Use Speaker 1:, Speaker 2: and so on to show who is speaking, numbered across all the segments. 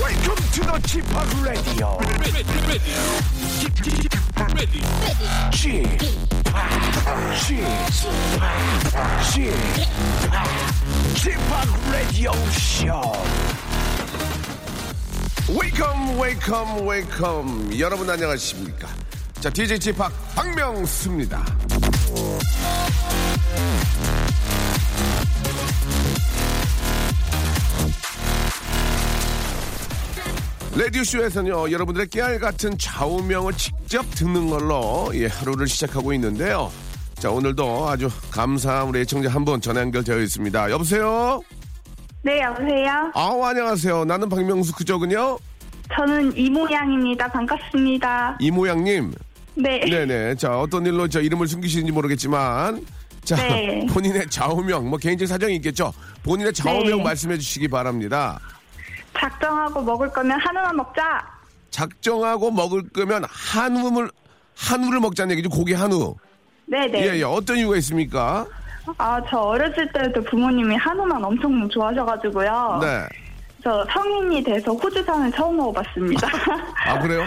Speaker 1: Welcome to the Chip Radio. Chip, Chip, Chip Radio Show.
Speaker 2: 웨이컴 웨이컴 웨이컴 여러분 안녕하십니까 자 DJ 지팍 박명수입니다 라디오쇼에서는요 여러분들의 깨알 같은 좌우명을 직접 듣는 걸로 예, 하루를 시작하고 있는데요 자 오늘도 아주 감사한 우리 애청자 한 분 전화 연결되어 있습니다 여보세요
Speaker 3: 네, 여보세요?
Speaker 2: 아우 안녕하세요 나는 박명수 그저군요
Speaker 3: 저는 이모양입니다. 반갑습니다.
Speaker 2: 이모양님
Speaker 3: 네.
Speaker 2: 네네. 자, 어떤 일로 저 이름을 숨기시는지 모르겠지만. 자,
Speaker 3: 네.
Speaker 2: 본인의 좌우명, 뭐 개인적인 사정이 있겠죠? 본인의 좌우명
Speaker 3: 네.
Speaker 2: 말씀해 주시기 바랍니다.
Speaker 3: 작정하고 먹을 거면 한우만 먹자.
Speaker 2: 작정하고 먹을 거면 한우를, 한우를 먹자는 얘기죠? 고기 한우.
Speaker 3: 네네.
Speaker 2: 예, 예. 어떤 이유가 있습니까?
Speaker 3: 아, 저 어렸을 때부터 부모님이 한우만 엄청 좋아하셔가지고요.
Speaker 2: 네.
Speaker 3: 저 성인이 돼서 호주산을 처음 먹어봤습니다.
Speaker 2: 아, 그래요?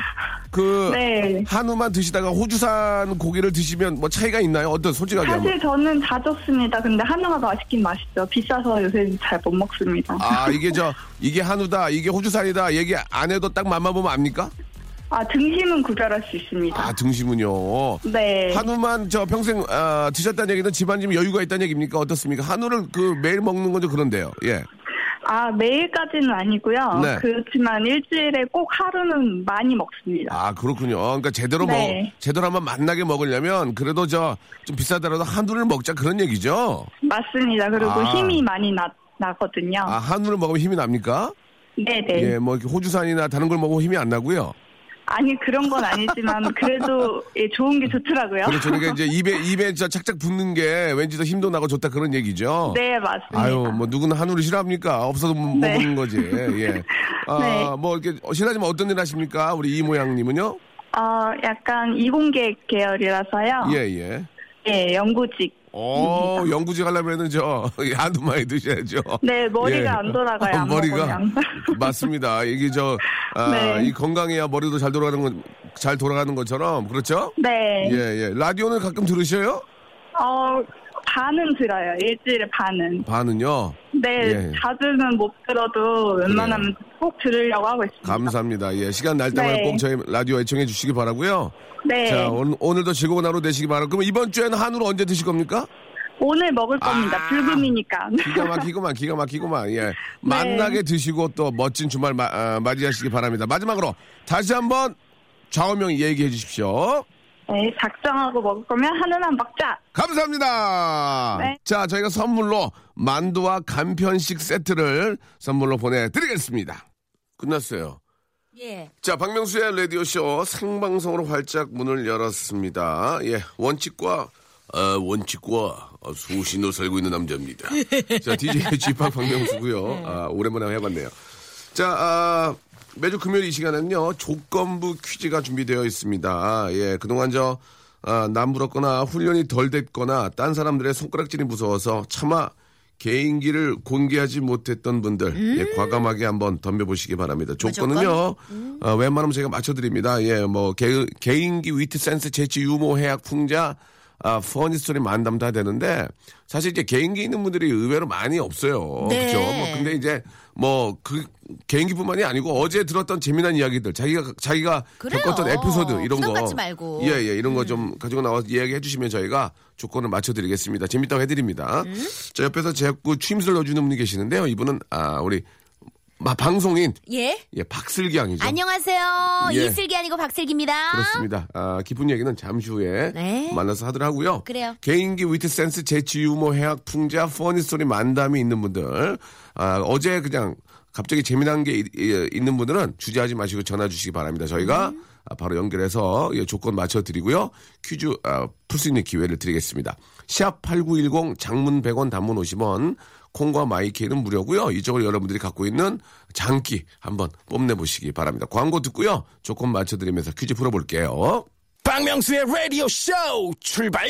Speaker 2: 그,
Speaker 3: 네.
Speaker 2: 한우만 드시다가 호주산 고기를 드시면 뭐 차이가 있나요? 어떤, 솔직하게. 한번.
Speaker 3: 사실 저는 다 좋습니다. 근데 한우가 맛있긴 맛있죠. 비싸서 요새 잘 못 먹습니다.
Speaker 2: 아, 이게 저, 이게 한우다, 이게 호주산이다, 얘기 안 해도 딱 맛만 보면 압니까?
Speaker 3: 아, 등심은 구별할 수 있습니다.
Speaker 2: 아, 등심은요.
Speaker 3: 네.
Speaker 2: 한우만 저 평생 아, 드셨다는 얘기는 집안 좀 여유가 있다는 얘기입니까? 어떻습니까? 한우를 그 매일 먹는 건 좀 그런데요. 예.
Speaker 3: 아, 매일까지는 아니고요.
Speaker 2: 네.
Speaker 3: 그렇지만 일주일에 꼭 하루는 많이 먹습니다.
Speaker 2: 아 그렇군요. 그러니까 제대로
Speaker 3: 네.
Speaker 2: 먹 제대로 한번 맛나게 먹으려면 그래도 저 좀 비싸더라도 한우를 먹자 그런 얘기죠.
Speaker 3: 맞습니다. 그리고
Speaker 2: 아.
Speaker 3: 힘이 많이 나, 나거든요.
Speaker 2: 아 한우를 먹으면 힘이 납니까?
Speaker 3: 네네.
Speaker 2: 예, 뭐 이렇게 호주산이나 다른 걸 먹으면 힘이 안 나고요.
Speaker 3: 아니, 그런 건 아니지만, 그래도 예, 좋은 게 좋더라고요.
Speaker 2: 그렇죠. 그러니까 이제 입에 입에 저 착착 붙는 게 왠지 더 힘도 나고 좋다 그런 얘기죠.
Speaker 3: 네, 맞습니다.
Speaker 2: 아유, 뭐 누구는 한우를 싫어합니까? 없어도 못
Speaker 3: 네.
Speaker 2: 먹는 거지. 예. 아,
Speaker 3: 네.
Speaker 2: 뭐 이렇게 싫어하지만 어떤 일 하십니까? 우리 이 모양님은요?
Speaker 3: 어, 약간 이공계 계열이라서요.
Speaker 2: 예, 예.
Speaker 3: 예, 연구직.
Speaker 2: 어, 연구직 하려면은 저 한우 많이 드셔야죠.
Speaker 3: 네, 머리가
Speaker 2: 예.
Speaker 3: 안 돌아가요.
Speaker 2: 어,
Speaker 3: 안
Speaker 2: 머리가
Speaker 3: 먹으면.
Speaker 2: 맞습니다. 이게 저 아,
Speaker 3: 네.
Speaker 2: 이 건강해야 머리도 잘 돌아가는 건잘 돌아가는 것처럼 그렇죠?
Speaker 3: 네.
Speaker 2: 예, 예. 라디오는 가끔 들으셔요?
Speaker 3: 어, 반은 들어요. 일주일에 반은.
Speaker 2: 반은요.
Speaker 3: 네,
Speaker 2: 예.
Speaker 3: 자주는 못 들어도 웬만하면 꼭 들으려고 하고 있습니다.
Speaker 2: 감사합니다. 예, 시간 날 때마다
Speaker 3: 네.
Speaker 2: 꼭 저희 라디오 애청해 주시기 바라고요.
Speaker 3: 네.
Speaker 2: 자, 오늘, 오늘도 즐거운 하루 되시기 바라고. 그럼 이번 주에는 한우를 언제 드실 겁니까?
Speaker 3: 오늘 먹을 겁니다.
Speaker 2: 아.
Speaker 3: 불금이니까.
Speaker 2: 기가 막히고만, 기가 막히고만.
Speaker 3: 네.
Speaker 2: 예. 만나게 드시고 또 멋진 주말 마- 아, 맞이하시기 바랍니다. 마지막으로 다시 한번 좌우명 얘기해 주십시오.
Speaker 3: 네, 작정하고 먹을 거면 하나만 먹자.
Speaker 2: 감사합니다.
Speaker 3: 네.
Speaker 2: 자, 저희가 선물로 만두와 간편식 세트를 선물로 보내드리겠습니다. 끝났어요. 자, 박명수의 라디오쇼 생방송으로 활짝 문을 열었습니다. 예, 원칙과, 아, 원칙과 아, 소신으로 살고 있는 남자입니다. 자, DJ 쥐팍 박명수고요 아, 오랜만에 해봤네요. 자, 아, 매주 금요일 이 시간에는요, 조건부 퀴즈가 준비되어 있습니다. 예, 그동안 저, 아, 남부럽거나 훈련이 덜 됐거나 딴 사람들의 손가락질이 무서워서 차마 개인기를 공개하지 못했던 분들, 예, 과감하게 한번 덤벼보시기 바랍니다. 조건은요, 아, 웬만하면 제가 맞춰드립니다. 예, 뭐, 개, 개인기, 위트, 센스, 재치, 유머, 해학, 풍자, 아, 퍼니스토리 만담 다 되는데, 사실 이제 개인기 있는 분들이 의외로 많이 없어요.
Speaker 4: 네.
Speaker 2: 그죠? 뭐, 근데 이제, 뭐, 그, 개인기뿐만이 아니고, 어제 들었던 재미난 이야기들, 자기가, 자기가
Speaker 4: 그래요.
Speaker 2: 겪었던 에피소드, 이런
Speaker 4: 부담
Speaker 2: 거.
Speaker 4: 갖지 말고. 음.
Speaker 2: 예, 예, 이런 거 좀 가지고 나와서 이야기해 주시면 저희가 조건을 맞춰드리겠습니다.
Speaker 4: 음.
Speaker 2: 재밌다고 해드립니다. 저 옆에서 자꾸 취임새를 넣어주는 분이 계시는데요. 이분은, 아, 우리 마, 방송인
Speaker 4: 예.
Speaker 2: 예 박슬기양이죠.
Speaker 4: 안녕하세요.
Speaker 2: 예.
Speaker 4: 이슬기 아니고 박슬기입니다.
Speaker 2: 그렇습니다. 아, 깊은 얘기는 잠시 후에
Speaker 4: 네.
Speaker 2: 만나서 하도록 하고요.
Speaker 4: 그래요.
Speaker 2: 개인기, 위트 센스, 재치, 유머, 해학, 풍자, 퍼니 스토리, 만담이 있는 분들. 아, 어제 그냥 갑자기 재미난 게 이- 이- 있는 분들은 주저하지 마시고 전화 주시기 바랍니다. 저희가 아, 바로 연결해서 예, 조건 맞춰드리고요. 퀴즈 아, 풀 수 있는 기회를 드리겠습니다. 샵8910 장문 100원 단문 50원 콩과 마이케이는 무료고요. 이쪽으로 여러분들이 갖고 있는 장기 한번 뽐내보시기 바랍니다. 광고 듣고요. 조건 맞춰드리면서 퀴즈 풀어볼게요.
Speaker 1: 박명수의 라디오 쇼 출발!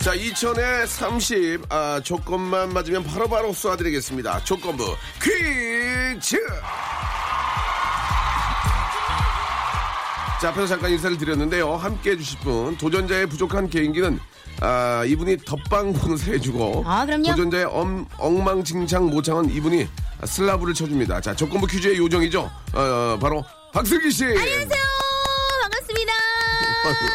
Speaker 2: 자, 2000에 30, 아, 조건만 맞으면 바로바로 쏴드리겠습니다. 조건부 퀴즈! 자, 앞에서 잠깐 인사를 드렸는데요. 함께 해주실 분, 도전자의 부족한 개인기는, 아, 이분이 덮방 봉사해주고,
Speaker 4: 아, 그럼요.
Speaker 2: 도전자의 엄- 엉망진창 모창은 이분이 슬라브를 쳐줍니다. 자, 조건부 퀴즈의 요정이죠. 어, 바로 박슬기 씨!
Speaker 4: 안녕하세요. 반갑습니다.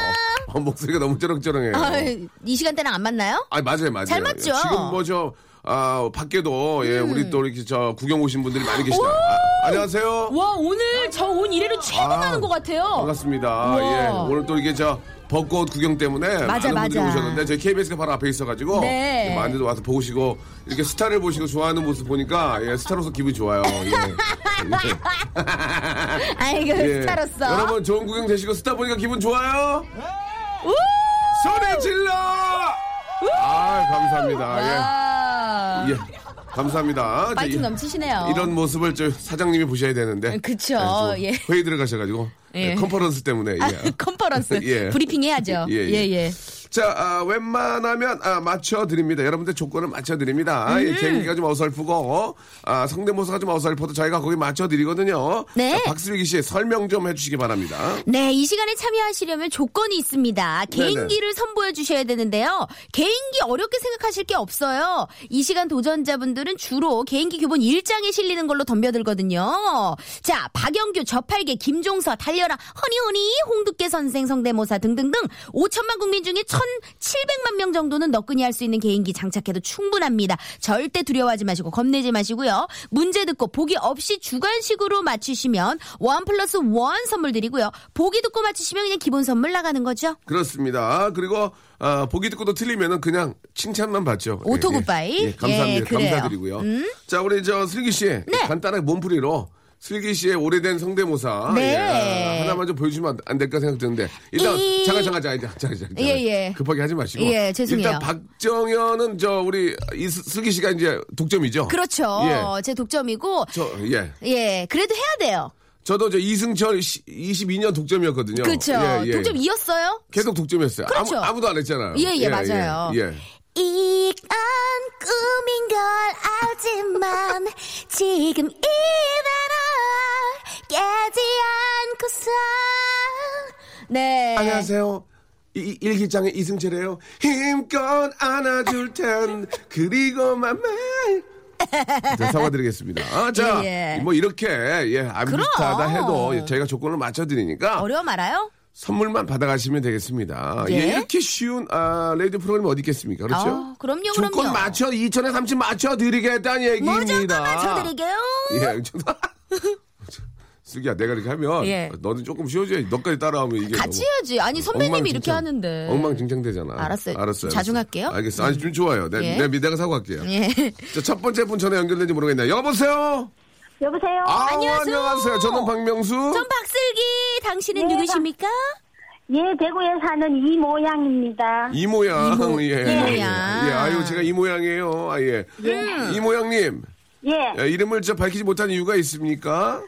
Speaker 2: 어, 목소리가 너무 쩌렁쩌렁해요.
Speaker 4: 아유, 예. 이 시간대랑 안 맞나요?
Speaker 2: 아 맞아요 맞아요.
Speaker 4: 잘 맞죠? 음.
Speaker 2: 지금 뭐 저 아, 밖에도 예 우리 또 이렇게 저 구경 오신 분들이 많이 계시다. 아, 안녕하세요.
Speaker 5: 와 오늘 저 온 이래로 최고
Speaker 2: 아,
Speaker 5: 나는 것 같아요.
Speaker 2: 반갑습니다. 예 오늘 또 이렇게 저 벚꽃 구경 때문에
Speaker 4: 맞아,
Speaker 2: 많은 분들이
Speaker 4: 맞아.
Speaker 2: 오셨는데 저희 KBS가 바로 앞에 있어가지고
Speaker 4: 네.
Speaker 2: 많은 분들 와서 보시고 이렇게 스타를 보시고 좋아하는 모습 보니까 예 스타로서 기분 이 좋아요. 예.
Speaker 4: 아이고,
Speaker 2: 예.
Speaker 4: 스타로서.
Speaker 2: 여러분 좋은 구경 되시고 스타 보니까 기분 좋아요. 소리 질러. 아 감사합니다.
Speaker 4: 와,
Speaker 2: 예. 예. 감사합니다. 저
Speaker 4: 파이팅
Speaker 2: 이-
Speaker 4: 아, 넘치시네요.
Speaker 2: 예. 이런 모습을 저 사장님이 보셔야 되는데.
Speaker 4: 음,
Speaker 2: 네,
Speaker 4: 그쵸,
Speaker 2: 좀
Speaker 4: 예.
Speaker 2: 회의 들어가셔가지고
Speaker 4: 예.
Speaker 2: 예, 컨퍼런스 때문에. 예.
Speaker 4: 아, 컨퍼런스.
Speaker 2: 예.
Speaker 4: 브리핑 해야죠.
Speaker 2: 예,
Speaker 4: 예,
Speaker 2: 예.
Speaker 4: 예.
Speaker 2: 자, 아, 웬만하면 아, 맞춰드립니다. 여러분들 조건을 맞춰드립니다.
Speaker 4: 음.
Speaker 2: 예, 개인기가 좀 어설프고 아, 성대모사가 좀 어설퍼도 저희가 거기 맞춰드리거든요.
Speaker 4: 네.
Speaker 2: 자, 박슬기 씨 설명 좀 해주시기 바랍니다.
Speaker 4: 네, 이 시간에 참여하시려면 조건이 있습니다. 개인기를 선보여 주셔야 되는데요. 개인기 어렵게 생각하실 게 없어요. 이 시간 도전자분들은 주로 개인기 교본 1장에 실리는 걸로 덤벼들거든요. 자, 박영규, 저팔계, 김종서, 달려라, 허니허니, 홍두깨 선생, 성대모사 등등등 5천만 국민 중에 1,700만 명 정도는 너끈히 할 수 있는 개인기 장착해도 충분합니다. 절대 두려워하지 마시고 겁내지 마시고요. 문제 듣고 보기 없이 주관식으로 맞추시면 원 플러스 원 선물 드리고요. 보기 듣고 맞추시면 그냥 기본 선물 나가는 거죠.
Speaker 2: 그렇습니다. 그리고 아, 보기 듣고도 틀리면은 그냥 칭찬만 받죠. 예,
Speaker 4: 오토
Speaker 2: 예.
Speaker 4: 굿바이.
Speaker 2: 예, 감사합니다.
Speaker 4: 예, 그래요. 음? 네.
Speaker 2: 감사드리고요. 자, 우리 저 슬기 씨 간단하게 몸풀이로 슬기 씨의 오래된 성대모사
Speaker 4: 네.
Speaker 2: 예, 아, 하나만 좀 보여주면 안, 안 될까 생각드는데 일단
Speaker 4: 이-
Speaker 2: 잠깐 잠깐 잠깐 잠깐 잠깐, 잠깐
Speaker 4: 예, 예.
Speaker 2: 급하게 하지 마시고
Speaker 4: 예, 죄송해요.
Speaker 2: 일단 박정현은 저 우리 이 슬- 슬기 씨가 이제 독점이죠.
Speaker 4: 그렇죠.
Speaker 2: 예.
Speaker 4: 제 독점이고
Speaker 2: 저 예.
Speaker 4: 예, 그래도 해야 돼요.
Speaker 2: 저도 저 이승철 시- 22년 독점이었거든요.
Speaker 4: 그렇죠.
Speaker 2: 예, 예.
Speaker 4: 독점이었어요.
Speaker 2: 계속 독점했어요.
Speaker 4: 그렇죠.
Speaker 2: 아무, 도안 했잖아요.
Speaker 4: 예, 예, 맞아요.
Speaker 2: 예, 예.
Speaker 4: 이건 꿈인 걸 알지만 지금 이 바람 깨지 않고서 네
Speaker 2: 안녕하세요. 이- 일기장의 이승철이에요. 힘껏 안아줄 텐 그리고만 말. 자, 사과드리겠습니다. 아, 자,
Speaker 4: 예, 예.
Speaker 2: 뭐 이렇게 예안
Speaker 4: 그럼.
Speaker 2: 비슷하다 해도 저희가 조건을 맞춰드리니까
Speaker 4: 어려워 말아요?
Speaker 2: 선물만 받아가시면 되겠습니다.
Speaker 4: 예?
Speaker 2: 예, 이렇게 쉬운 아, 레디오 프로그램 어디 있겠습니까? 그렇죠?
Speaker 4: 아, 그럼요,
Speaker 2: 조건
Speaker 4: 그럼요.
Speaker 2: 맞춰 2000에 30 맞춰드리겠다는 얘기입니다.
Speaker 4: 무조건 맞춰드릴게요.
Speaker 2: 예, 저- 슬기야, 내가 이렇게 하면
Speaker 4: 예.
Speaker 2: 너는 조금 쉬워줘야지. 너까지 따라하면 이게
Speaker 4: 같이
Speaker 2: 너무-
Speaker 4: 해야지. 아니 선배님이 이렇게
Speaker 2: 엉망진창.
Speaker 4: 하는데.
Speaker 2: 엉망진창 되잖아.
Speaker 4: 알았어요.
Speaker 2: 알았어요.
Speaker 4: 자중할게요.
Speaker 2: 알겠어. 아니 좀 좋아요. 내,
Speaker 4: 예.
Speaker 2: 내 미대가 사과할게요.
Speaker 4: 예.
Speaker 2: 자, 첫 번째 분 전에 연결된지 모르겠네요. 여보세요.
Speaker 3: 여보세요.
Speaker 2: 아,
Speaker 4: 안녕하세요.
Speaker 2: 안녕하세요. 저는 박명수.
Speaker 4: 전 박슬기 당신은
Speaker 3: 네,
Speaker 4: 누구십니까?
Speaker 3: 예, 대구에 사는 이 모양입니다.
Speaker 2: 이 모양. 예. 예.
Speaker 4: 모양.
Speaker 2: 예. 아유, 제가 이 모양이에요. 아 예. 이 모양님.
Speaker 3: 예,
Speaker 2: 예, 이름을 저 밝히지 못한 이유가 있습니까?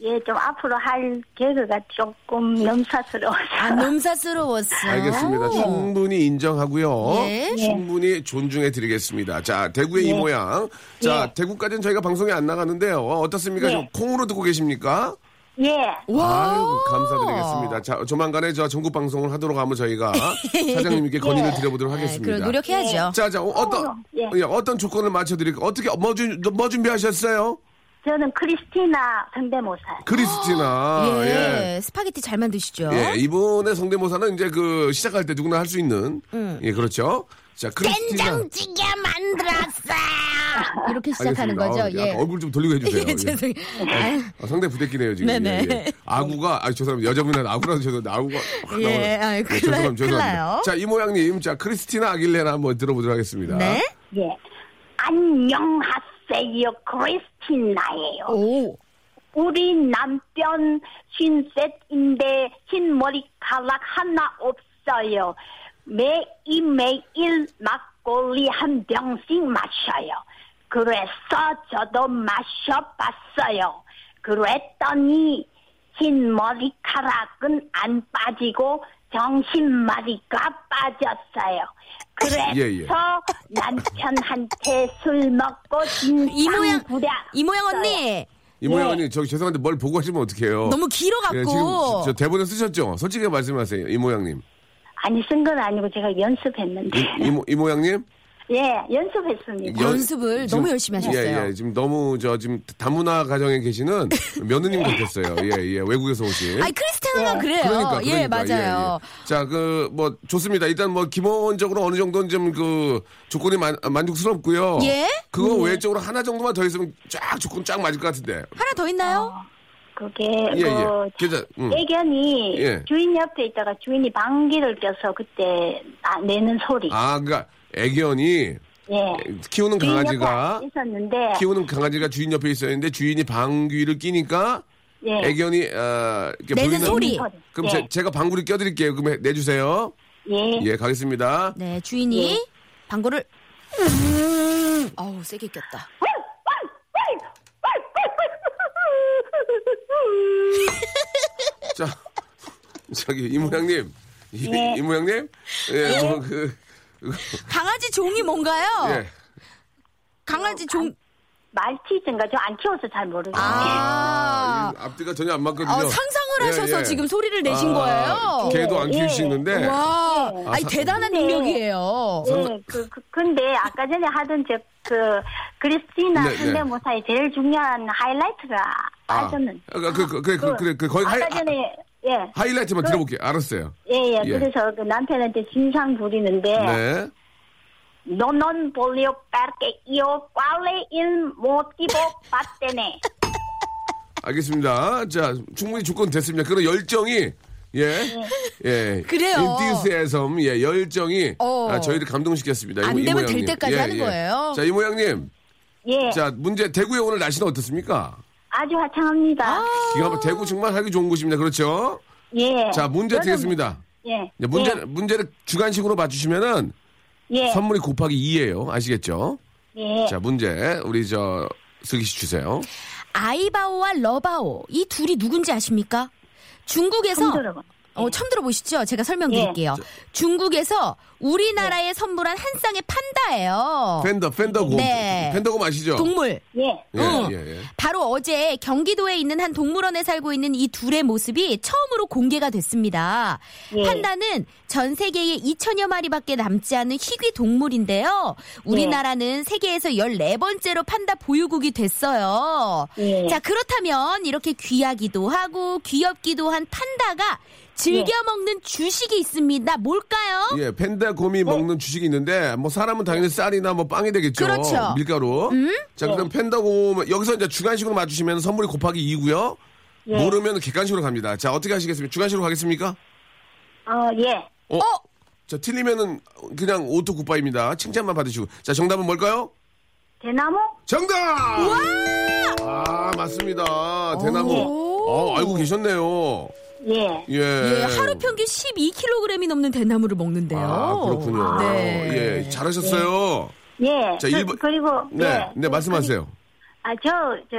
Speaker 3: 예, 좀 앞으로 할 개그가 조금
Speaker 4: 아
Speaker 3: 염사스러워서.
Speaker 4: 놈사스러웠어.
Speaker 2: 알겠습니다. 충분히 인정하고요.
Speaker 4: 아. 예.
Speaker 2: 충분히 존중해 드리겠습니다. 자, 대구의 이 모양. 자,
Speaker 4: 예.
Speaker 2: 대구까지는 저희가 방송에 안 나가는데요. 어떻습니까?
Speaker 3: 예.
Speaker 4: 네.
Speaker 2: 좀 콩으로 듣고 계십니까?
Speaker 3: 예,
Speaker 2: 아유, 감사드리겠습니다. 자, 조만간에 저 전국 방송을 하도록 하면 저희가 사장님께 건의를 드려보도록
Speaker 4: 예. 네,
Speaker 2: 하겠습니다.
Speaker 4: 그럼 노력해야죠.
Speaker 2: 자, 자, 어, 어떤
Speaker 3: 예.
Speaker 2: 예, 어떤 조건을 맞춰 드릴까? 어떻게 뭐, 준, 뭐 준비하셨어요?
Speaker 6: 저는 크리스티나 상대모사요.
Speaker 2: 크리스티나.
Speaker 4: 예, 스파게티 잘 만드시죠?
Speaker 2: 예, 이번에 성대모사는 이제 그 시작할 때 누구나 할 수 있는
Speaker 4: 음.
Speaker 2: 예 그렇죠. 자 크리스티나
Speaker 4: 된장찌개 만들었어요. 이렇게 시작하는
Speaker 2: 알겠습니다.
Speaker 4: 거죠.
Speaker 2: 아,
Speaker 4: 예.
Speaker 2: 얼굴 좀 돌리고 해주세요.
Speaker 4: 예, 죄송해요. 아유,
Speaker 2: 아, 상당히 부대끼네요 지금.
Speaker 4: 네네.
Speaker 2: 예, 예. 아구가 아저 사람 여자분이라 아구라서 죄송한데 아구가 확
Speaker 4: 예,
Speaker 2: 나오네.
Speaker 4: 아유, 큰일 나요,
Speaker 2: 죄송합니다.
Speaker 4: 큰일 나요.
Speaker 2: 죄송합니다. 자 이모양님, 자 크리스티나 아길레나 한번 들어보도록 하겠습니다.
Speaker 4: 네.
Speaker 6: 예. 안녕하세요, 크리스티나예요.
Speaker 4: 오.
Speaker 6: 우리 남편 쉰셋인데 흰 머리카락 하나 없어요. 매일매일 막걸리 한 병씩 마셔요. 그래서 저도 마셔봤어요. 그랬더니 흰 머리카락은 안 빠지고 정신머리가 빠졌어요. 그래서
Speaker 2: 예, 예.
Speaker 6: 남편한테 술 먹고
Speaker 4: 이 모양,
Speaker 6: 진상부려
Speaker 4: 이 모양 언니.
Speaker 2: 이모양님, 저기 죄송한데 뭘 보고 하시면 어떡해요?
Speaker 4: 너무
Speaker 2: 예, 지금 저
Speaker 4: 길어갖고.
Speaker 2: 대본에 쓰셨죠? 솔직히 말씀하세요, 이모양님.
Speaker 6: 아니 쓴 건 아니고 제가 연습했는데
Speaker 2: 이모 이모양님.
Speaker 6: 예 연습했습니다.
Speaker 2: 연-
Speaker 4: 연습을
Speaker 2: 지금-
Speaker 4: 너무 열심히 하셨어요.
Speaker 2: 예, 예. 지금 너무 저 지금 다문화 가정에 계시는 며느님 같았어요. 예, 예. 외국에서 오신.
Speaker 4: 아니, 크리스티나가 그래요.
Speaker 2: 그러니까, 그러니까.
Speaker 4: 예, 맞아요.
Speaker 2: 예, 예. 자, 그, 뭐, 좋습니다. 일단 뭐, 기본적으로 어느 정도는 좀 그, 조건이 만, 만족스럽고요.
Speaker 4: 예?
Speaker 2: 그거 외적으로 하나 정도만 더 있으면 쫙 조건 쫙 맞을 것 같은데.
Speaker 4: 하나 더 있나요?
Speaker 6: 그게
Speaker 2: 예, 예.
Speaker 6: 그
Speaker 2: 괜찮, 음.
Speaker 6: 애견이
Speaker 2: 예.
Speaker 6: 주인 옆에 있다가 주인이 방귀를 껴서 그때 아, 내는 소리.
Speaker 2: 아, 그니까, 애견이,
Speaker 6: 예.
Speaker 2: 키우는
Speaker 6: 주인 옆에
Speaker 2: 강아지가,
Speaker 6: 있었는데
Speaker 2: 키우는 강아지가 주인 옆에 있었는데, 주인이 방귀를 끼니까,
Speaker 6: 예.
Speaker 2: 애견이, 아, 이렇게
Speaker 4: 내는
Speaker 2: 보이는-
Speaker 4: 소리.
Speaker 2: 그럼
Speaker 6: 예.
Speaker 2: 제, 제가 방구를 껴드릴게요. 그럼 해- 내주세요.
Speaker 6: 예.
Speaker 2: 예, 가겠습니다.
Speaker 4: 네, 주인이 방구를. 아우, 세게 꼈다.
Speaker 2: 자, 저기 이모양님, 이- 이모양님, 예, 뭐 그,
Speaker 4: 강아지 종이 뭔가요?
Speaker 2: 예,
Speaker 4: 강아지 종.
Speaker 6: 말티즈인가 저 안 키워서 잘 모르겠어요.
Speaker 4: 아.
Speaker 2: 이 앞뒤가 전혀 안 맞거든요.
Speaker 4: 아, 상상을
Speaker 2: 예,
Speaker 4: 하셔서
Speaker 2: 예.
Speaker 4: 지금 소리를 내신
Speaker 2: 아,
Speaker 4: 거예요. 예.
Speaker 2: 개도 안 키우시는데.
Speaker 4: 와, 아니
Speaker 2: 사-
Speaker 4: 대단한
Speaker 6: 네.
Speaker 4: 능력이에요.
Speaker 6: 예, 그, 그, 근데 아까 전에 하던 저 그
Speaker 2: 네,
Speaker 6: 크리스티나
Speaker 2: 네.
Speaker 6: 상대모사의 제일 중요한 하이라이트가
Speaker 2: 아,
Speaker 6: 빠졌는데.
Speaker 2: 그, 그, 그, 그, 그, 그, 그, 거의 하이,
Speaker 6: 아까 전에 예.
Speaker 2: 라이트만 들어볼게요. 알았어요.
Speaker 6: 예, 예.
Speaker 2: 예.
Speaker 6: 그래서 그 남편한테 진상 부리는데,
Speaker 2: 네.
Speaker 6: 너는 볼리오 빠르게 이어 꽈레인 모티보 빠떼네.
Speaker 2: 알겠습니다. 자, 충분히 조건 됐습니다. 그런 열정이, 예. 예.
Speaker 4: 네. 그래요.
Speaker 2: 인디스의 섬, 예, 열정이,
Speaker 4: 어.
Speaker 2: 아, 저희를 감동시켰습니다. 이-
Speaker 4: 안
Speaker 2: 이
Speaker 4: 되면
Speaker 2: 모양님.
Speaker 4: 될 때까지 하는 거예요.
Speaker 2: 자, 이 모양님.
Speaker 6: 예.
Speaker 2: 자, 문제, 대구에 오늘 날씨는 어떻습니까?
Speaker 6: 아주 화창합니다.
Speaker 2: 기가 막 대구 정말 하기 좋은 곳입니다. 그렇죠?
Speaker 6: 예.
Speaker 2: 자, 문제
Speaker 6: 저는-
Speaker 2: 드리겠습니다.
Speaker 6: 예.
Speaker 2: 이제 문제, 문제를 주관식으로 맞추시면은
Speaker 6: 예.
Speaker 2: 선물이 곱하기 2예요. 아시겠죠?
Speaker 6: 예.
Speaker 2: 자, 문제, 우리 저, 슬기 씨 주세요.
Speaker 4: 아이바오와 러바오 이 둘이 누군지 아십니까? 중국에서
Speaker 6: 처음 들어봐.
Speaker 4: 어, 처음 들어보시죠? 제가
Speaker 6: 예.
Speaker 4: 설명드릴게요. 중국에서 우리나라에
Speaker 2: 네.
Speaker 4: 선물한 한 쌍의 판다예요.
Speaker 2: 팬더, 팬더곰.
Speaker 4: 어. 네.
Speaker 2: 팬더곰 아시죠?
Speaker 4: 동물. 어.
Speaker 6: 예.
Speaker 2: 예,
Speaker 4: 응.
Speaker 2: 예, 예.
Speaker 4: 바로 어제 경기도에 있는 한 동물원에 살고 있는 이 둘의 모습이 처음으로 공개가 됐습니다.
Speaker 6: 예.
Speaker 4: 판다는 전 세계에 2천여 마리밖에 남지 않은 희귀 동물인데요. 우리나라는
Speaker 6: 예.
Speaker 4: 세계에서 14번째로 판다 보유국이 됐어요.
Speaker 6: 예.
Speaker 4: 자, 그렇다면 이렇게 귀하기도 하고 귀엽기도 한 판다가 즐겨
Speaker 6: 예.
Speaker 4: 먹는 주식이 있습니다. 뭘까요?
Speaker 2: 예, 팬더곰이
Speaker 4: 어?
Speaker 2: 먹는 주식이 있는데, 뭐, 사람은 당연히 쌀이나 뭐, 빵이 되겠죠.
Speaker 4: 그렇죠.
Speaker 2: 밀가루. 자,
Speaker 6: 어.
Speaker 2: 그럼 팬더곰, 여기서 이제 주관식으로 맞추시면 선물이 곱하기 2고요.
Speaker 6: 예.
Speaker 2: 모르면 객관식으로 갑니다. 자, 어떻게 하시겠습니까? 주관식으로 가겠습니까?
Speaker 6: 어, 예.
Speaker 2: 어? 자, 틀리면은 그냥 오토 굿바입니다. 칭찬만 받으시고. 자, 정답은 뭘까요?
Speaker 6: 대나무?
Speaker 2: 정답! 아, 맞습니다. 대나무. 어, 알고 계셨네요.
Speaker 6: 예.
Speaker 2: 예.
Speaker 4: 예, 하루 평균 12kg이 넘는 대나무를 먹는데요.
Speaker 2: 아, 그렇군요.
Speaker 4: 네.
Speaker 2: 예, 잘하셨어요.
Speaker 6: 예.
Speaker 2: 자,
Speaker 6: 그,
Speaker 2: 일본-
Speaker 6: 그리고
Speaker 2: 네,
Speaker 6: 예.
Speaker 2: 네, 말씀하세요.
Speaker 6: 아, 저, 저,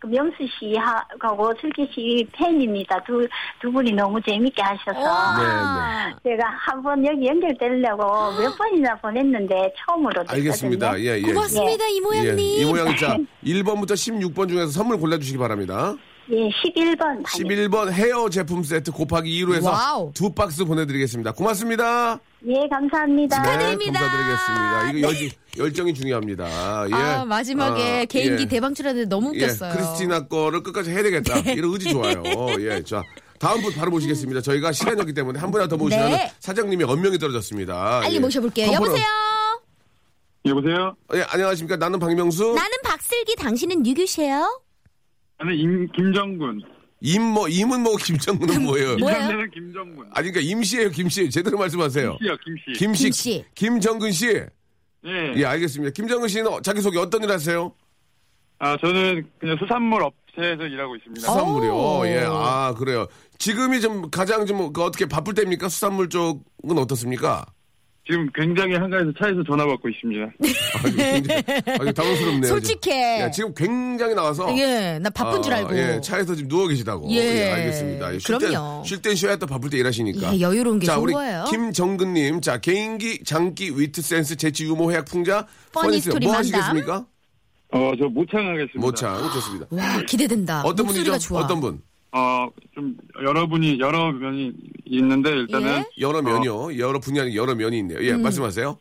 Speaker 6: 그 명수 씨하고 슬기 씨 팬입니다. 두, 두 분이 너무 재밌게 하셔서.
Speaker 4: 아,
Speaker 2: 네,
Speaker 6: 제가 한 번 여기 연결되려고 몇 번이나 보냈는데 처음으로 됐거든요.
Speaker 2: 알겠습니다. 예, 예.
Speaker 4: 고맙습니다, 이
Speaker 2: 예,
Speaker 4: 모양님.
Speaker 2: 이 모양 자 1번부터 16번 중에서 선물 골라주시기 바랍니다.
Speaker 6: 예, 11번.
Speaker 2: 11번 헤어 제품 세트 곱하기 2로 해서
Speaker 4: 와우.
Speaker 2: 두 박스 보내드리겠습니다. 고맙습니다.
Speaker 6: 예, 감사합니다.
Speaker 2: 네.
Speaker 4: 축하드립니다. 네.
Speaker 2: 감사드리겠습니다. 이거 열정, 열정이 중요합니다. 예.
Speaker 4: 아, 마지막에
Speaker 2: 아,
Speaker 4: 개인기
Speaker 2: 예.
Speaker 4: 대방출하는데 너무
Speaker 2: 예,
Speaker 4: 웃겼어요. 네.
Speaker 2: 크리스티나 거를 끝까지 해야 되겠다. 이런 의지 좋아요. 어, 예, 자. 다음 분 바로 모시겠습니다. 저희가 시간이 없기 때문에 한 분이라도 더 모시면
Speaker 4: 네.
Speaker 2: 사장님이 언명이 떨어졌습니다.
Speaker 4: 빨리
Speaker 2: 예.
Speaker 4: 모셔볼게요.
Speaker 2: 선물은-
Speaker 4: 여보세요?
Speaker 7: 여보세요?
Speaker 2: 예, 안녕하십니까. 나는 박명수.
Speaker 4: 나는 박슬기, 당신은 뉴규시에요?
Speaker 7: 나는 임, 김정군.
Speaker 2: 임뭐 임은 뭐 김정근은 뭐예요?
Speaker 4: 음, 뭐예요?
Speaker 7: 이남자는 김정군.
Speaker 2: 아니 그러니까 임씨예요, 김씨. 제대로 말씀하세요.
Speaker 7: 김씨요, 김씨.
Speaker 2: 김씨,
Speaker 4: 김씨.
Speaker 2: 김정근 씨.
Speaker 7: 예.
Speaker 2: 예, 알겠습니다. 김정근 씨는 자기 소개 어떤 일 하세요?
Speaker 7: 아, 저는 그냥 수산물 업체에서 일하고
Speaker 2: 어?
Speaker 7: 있습니다.
Speaker 2: 수산물이요. 예, 아 그래요. 지금이 좀 가장 좀그 어떻게 바쁠 때입니까? 수산물 쪽은 어떻습니까?
Speaker 7: 지금 굉장히 한가해서 차에서 전화 받고 있습니다.
Speaker 2: 아, 굉장히 아, 당황스럽네요.
Speaker 4: 네. 솔직해.
Speaker 2: 예, 지금 굉장히 나와서.
Speaker 4: 예, 나 바쁜
Speaker 2: 아,
Speaker 4: 줄 알고.
Speaker 2: 예, 차에서 지금 누워 계시다고.
Speaker 4: 예.
Speaker 2: 알겠습니다. 예, 쉴
Speaker 4: 그럼요.
Speaker 2: 땐, 쉴땐 쉬어야 또 바쁠 때 일하시니까.
Speaker 4: 예, 여유로운 게
Speaker 2: 자,
Speaker 4: 좋은
Speaker 2: 우리
Speaker 4: 거예요.
Speaker 2: 김정근님. 자, 개인기, 장기, 위트, 센스, 재치, 유머, 해학, 풍자,
Speaker 4: 퍼니
Speaker 2: 퍼니스.
Speaker 4: 스토리
Speaker 2: 뭐
Speaker 4: 만담.
Speaker 2: 하시겠습니까?
Speaker 7: 어, 저 모창하겠습니다.
Speaker 2: 모창. 좋습니다.
Speaker 4: 와, 기대된다.
Speaker 2: 어떤
Speaker 4: 목소리가
Speaker 2: 분이죠?
Speaker 4: 좋아.
Speaker 2: 어떤 분?
Speaker 7: 어, 좀 여러분이 여러 면이 있는데 일단은
Speaker 4: 예?
Speaker 2: 여러
Speaker 7: 어.
Speaker 2: 면이요. 여러 분야, 여러 면이 있네요.
Speaker 4: 음.
Speaker 2: 예, 말씀하세요.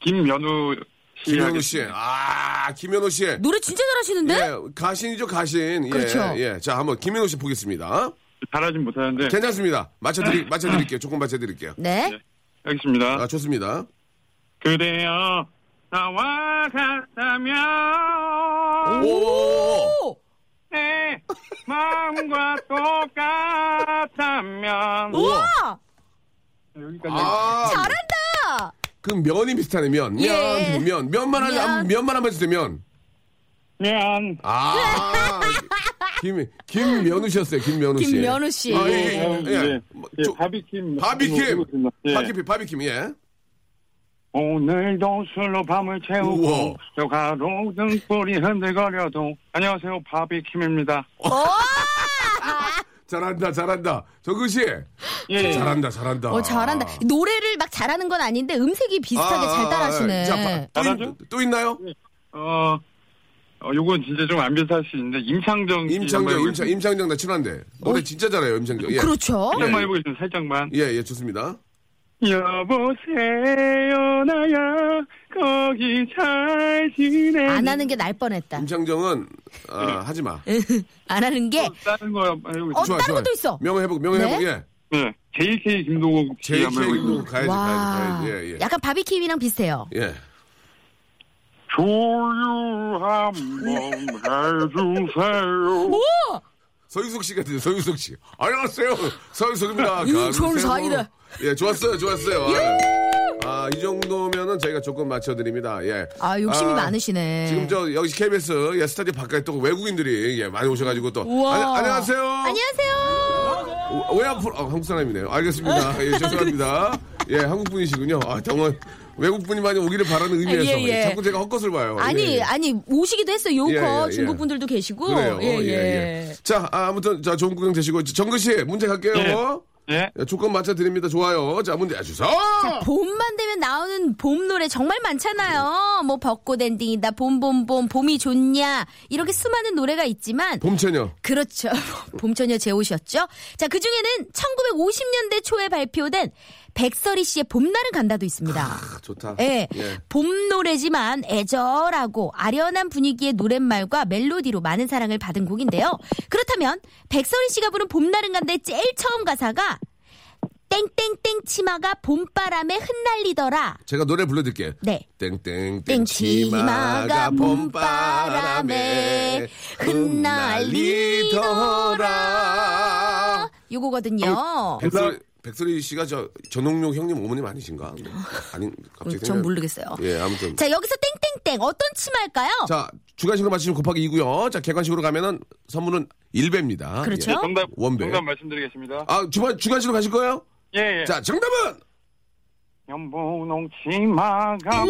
Speaker 7: 김연우 씨.
Speaker 2: 김현우
Speaker 7: 하겠습니다.
Speaker 2: 씨. 아, 김현우 씨.
Speaker 4: 노래 진짜 잘하시는데?
Speaker 2: 예, 가신이죠, 가신. 예,
Speaker 4: 그렇죠.
Speaker 2: 예. 자, 한번 김현우 씨 보겠습니다.
Speaker 7: 잘하진 못하는데.
Speaker 2: 괜찮습니다.
Speaker 7: 네.
Speaker 2: 맞춰드리, 맞춰드릴게요. 조금 맞춰드릴게요.
Speaker 4: 네.
Speaker 7: 예. 알겠습니다.
Speaker 2: 아, 좋습니다.
Speaker 7: 그대여, 나와 같다면,
Speaker 2: 오!
Speaker 7: 내 마음과 똑같다면.
Speaker 4: 우와!
Speaker 7: 여기까지.
Speaker 2: 아,
Speaker 4: 잘한다!
Speaker 2: 그 면이 비슷하네, 면. 면,
Speaker 4: 예.
Speaker 2: 면. 면만 한, 면. 면만 한번 해주세요, 면.
Speaker 7: 네, 미안.
Speaker 2: 아. 김, 김면우 씨였어요, 김면우 씨.
Speaker 4: 김면우 씨.
Speaker 2: 아, 예,
Speaker 7: 어,
Speaker 2: 예, 예.
Speaker 7: 예.
Speaker 2: 뭐,
Speaker 7: 예,
Speaker 2: 저-
Speaker 7: 바비킴.
Speaker 2: 바비킴.
Speaker 7: 해보겠습니다. 예.
Speaker 2: 바비킴, 바비킴, 예.
Speaker 7: 오늘도 술로 밤을
Speaker 2: 우와.
Speaker 7: 채우고 저 가로 등불이 흔들거려도 안녕하세요 바비킴입니다.
Speaker 2: 잘한다, 잘한다. 저그 씨.
Speaker 7: 예.
Speaker 2: 잘한다, 잘한다.
Speaker 4: 어, 잘한다. 노래를 막 잘하는 건 아닌데 음색이 비슷하게
Speaker 2: 아,
Speaker 4: 잘 따라하시네.
Speaker 2: 자, 바- 예. 또,
Speaker 7: 잘하죠?
Speaker 2: 있, 또 있나요?
Speaker 7: 어, 어 요건 진짜 좀 안 비슷할 수 있는데 임창정 씨
Speaker 2: 임창정,
Speaker 7: 한번
Speaker 2: 임창, 임창정 나 친한데. 노래 진짜 잘해요, 임창정. 예.
Speaker 4: 어? 그렇죠.
Speaker 7: 살짝만 해보겠습니다. 살짝만.
Speaker 2: 예, 예, 좋습니다.
Speaker 7: 여보세요 나야 거기 잘 지내.
Speaker 4: 안 하는 게 날 뻔했다.
Speaker 2: 임창정은, 아,
Speaker 7: 예.
Speaker 2: 하지 마.
Speaker 4: 안 하는 게
Speaker 2: 예,
Speaker 7: 다른 거 한번 해보겠습니다.
Speaker 4: 어, 예, 다른 것도 있어.
Speaker 2: 명예 회복, 명예
Speaker 4: 네?
Speaker 2: 회복, 예.
Speaker 7: 네. JK 김동욱 씨
Speaker 2: 제이
Speaker 7: 예, 한번
Speaker 2: 케이크
Speaker 7: 해보겠습니다.
Speaker 2: 가야지,
Speaker 4: 와.
Speaker 2: 가야지, 가야지. 예, 예.
Speaker 4: 약간 바비킴이랑 비슷해요.
Speaker 2: 예.
Speaker 7: 조유 한번 해주세요.
Speaker 2: 서유석 씨가 돼요, 서유석 씨. 안녕하세요. 서유석입니다.
Speaker 4: 유,
Speaker 2: 가세요.
Speaker 4: 서울 사이다.
Speaker 2: 예, 좋았어요, 좋았어요. 아, 이 정도면은 저희가 조금 맞춰드립니다. 예.
Speaker 4: 아 욕심이
Speaker 2: 아,
Speaker 4: 많으시네.
Speaker 2: 지금 저, 역시 KBS, 예, 스타디 바깥에 또 외국인들이, 예, 많이 오셔가지고 또.
Speaker 4: 우와.
Speaker 2: 아니, 안녕하세요.
Speaker 4: 안녕하세요.
Speaker 2: 오- 왜 앞으로, 아, 한국 사람이네요.
Speaker 4: 아,
Speaker 2: 알겠습니다. 예, 죄송합니다. 예, 한국 분이시군요. 아, 정말. 외국 분이 많이 오기를 바라는 의미에서.
Speaker 4: 예, 예.
Speaker 2: 예, 자꾸 제가 헛것을 봐요. 예,
Speaker 4: 아니
Speaker 2: 예.
Speaker 4: 아니 오시기도 했어요. 요커
Speaker 2: 예, 예, 예.
Speaker 4: 중국 분들도 계시고.
Speaker 2: 그래요. 예, 예, 자, 아, 아무튼 자 좋은 구경 되시고 정근 씨 문제 갈게요.
Speaker 7: 예.
Speaker 2: 예, 조건 맞춰 드립니다. 좋아요. 자, 문제 주세요.
Speaker 4: 자, 봄만 되면 나오는 봄 노래 정말 많잖아요. 뭐 벚꽃 엔딩이다, 봄봄봄, 봄이 좋냐 이렇게 수많은 노래가 있지만
Speaker 2: 봄채녀.
Speaker 4: 그렇죠. 봄처녀 제옷이었죠. 자, 그 중에는 1950년대 초에 발표된 백설이 씨의 봄날은 간다도 있습니다.
Speaker 2: 아, 좋다.
Speaker 4: 예.
Speaker 2: 예.
Speaker 4: 봄 노래지만 애절하고 아련한 분위기의 노랫말과 멜로디로 많은 사랑을 받은 곡인데요. 그렇다면 백설이 씨가 부른 봄날은 간다의 제일 처음 가사가 땡땡땡 치마가 봄바람에 흩날리더라.
Speaker 2: 제가 노래 불러 드릴게요.
Speaker 4: 네.
Speaker 2: 땡땡땡
Speaker 4: 땡치마가
Speaker 2: 치마가
Speaker 4: 봄바람에
Speaker 2: 봄바람에
Speaker 4: 흩날리더라.
Speaker 2: 흩날리더라.
Speaker 4: 요거거든요.
Speaker 2: 백설 백설이 씨가 저 전홍룡 형님 어머님 아니신가? 아니 갑자기
Speaker 4: 음. 전
Speaker 2: 생각-
Speaker 4: 모르겠어요.
Speaker 2: 예, 아무튼
Speaker 4: 자, 여기서 땡땡땡 어떤 치마일까요?
Speaker 2: 자, 주관식으로 맞추시면 곱하기 2고요. 자, 객관식으로 가면은 선물은 1배입니다.
Speaker 4: 그렇죠.
Speaker 2: 예.
Speaker 7: 정답
Speaker 2: 원배.
Speaker 7: 정답 말씀드리겠습니다.
Speaker 2: 아, 주관 주관식으로 가실 거예요?
Speaker 7: 예, 예.
Speaker 2: 자, 정답은
Speaker 7: 연분홍 치마가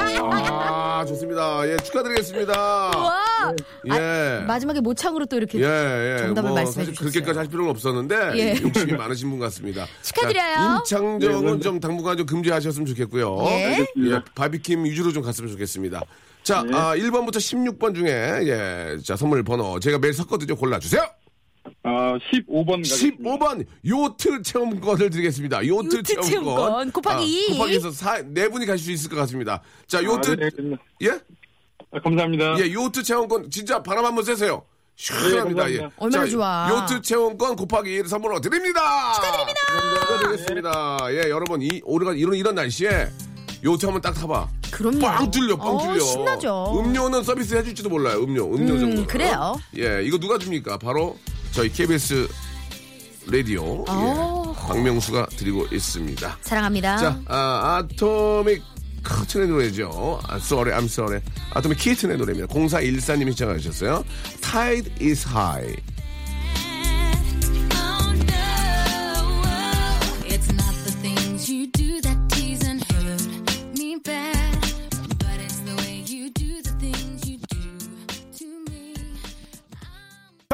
Speaker 2: 아, 좋습니다. 예, 축하드리겠습니다.
Speaker 4: 와! 아,
Speaker 2: 예.
Speaker 4: 마지막에 모창으로 또 이렇게
Speaker 2: 예, 예.
Speaker 4: 정답을
Speaker 2: 뭐
Speaker 4: 말씀해
Speaker 2: 사실
Speaker 4: 주셨어요.
Speaker 2: 그렇게까지 할 필요는 없었는데
Speaker 4: 예.
Speaker 2: 욕심이 많으신 분 같습니다.
Speaker 4: 축하드려요.
Speaker 2: 자,
Speaker 8: 네,
Speaker 2: 임창정은 좀 당분간 좀 금지하셨으면 좋겠고요.
Speaker 4: 예.
Speaker 2: 예, 바비킴 위주로 좀 갔으면 좋겠습니다. 자,
Speaker 8: 네.
Speaker 2: 아, 1번부터 16번 중에 예, 자 선물 번호 제가 매일 섞거든요. 골라 주세요.
Speaker 8: 어, 15번 가겠습니다.
Speaker 2: 15번 요트 체험권을 드리겠습니다. 요트,
Speaker 4: 요트
Speaker 2: 체험권. 아,
Speaker 4: 체험권 곱하기 이.
Speaker 2: 곱하기 해서 사, 네 분이 가실 수 있을 것 같습니다. 자, 요트
Speaker 8: 아, 네, 네.
Speaker 2: 예?
Speaker 8: 아, 감사합니다.
Speaker 2: 예, 요트 체험권 진짜 바람 한번 쐬세요. 시원합니다.
Speaker 8: 네,
Speaker 2: 예.
Speaker 8: 감사합니다.
Speaker 4: 얼마나 좋아.
Speaker 2: 요트 체험권 곱하기 1 선물로 드립니다. 축하드립니다. 축하드리겠습니다. 예, 여러분 이 오르간 이런 이런 날씨에 요트 한번 딱 타봐.
Speaker 4: 그럼요.
Speaker 2: 빵 뚫려, 빵
Speaker 4: 어,
Speaker 2: 뚫려.
Speaker 4: 신나죠.
Speaker 2: 음료는 서비스 해줄지도 몰라요. 음료, 음료
Speaker 4: 음,
Speaker 2: 정도.
Speaker 4: 그래요.
Speaker 2: 예, 이거 누가 줍니까? 바로 저희 KBS 라디오
Speaker 4: 어.
Speaker 2: 예, 박명수가 드리고 있습니다.
Speaker 4: 사랑합니다.
Speaker 2: 자, 아, 아토믹 커튼의 노래죠. 아, sorry, I'm sorry. 아토믹 키튼의 노래입니다. 0414님이 시청하셨어요. Tide is high.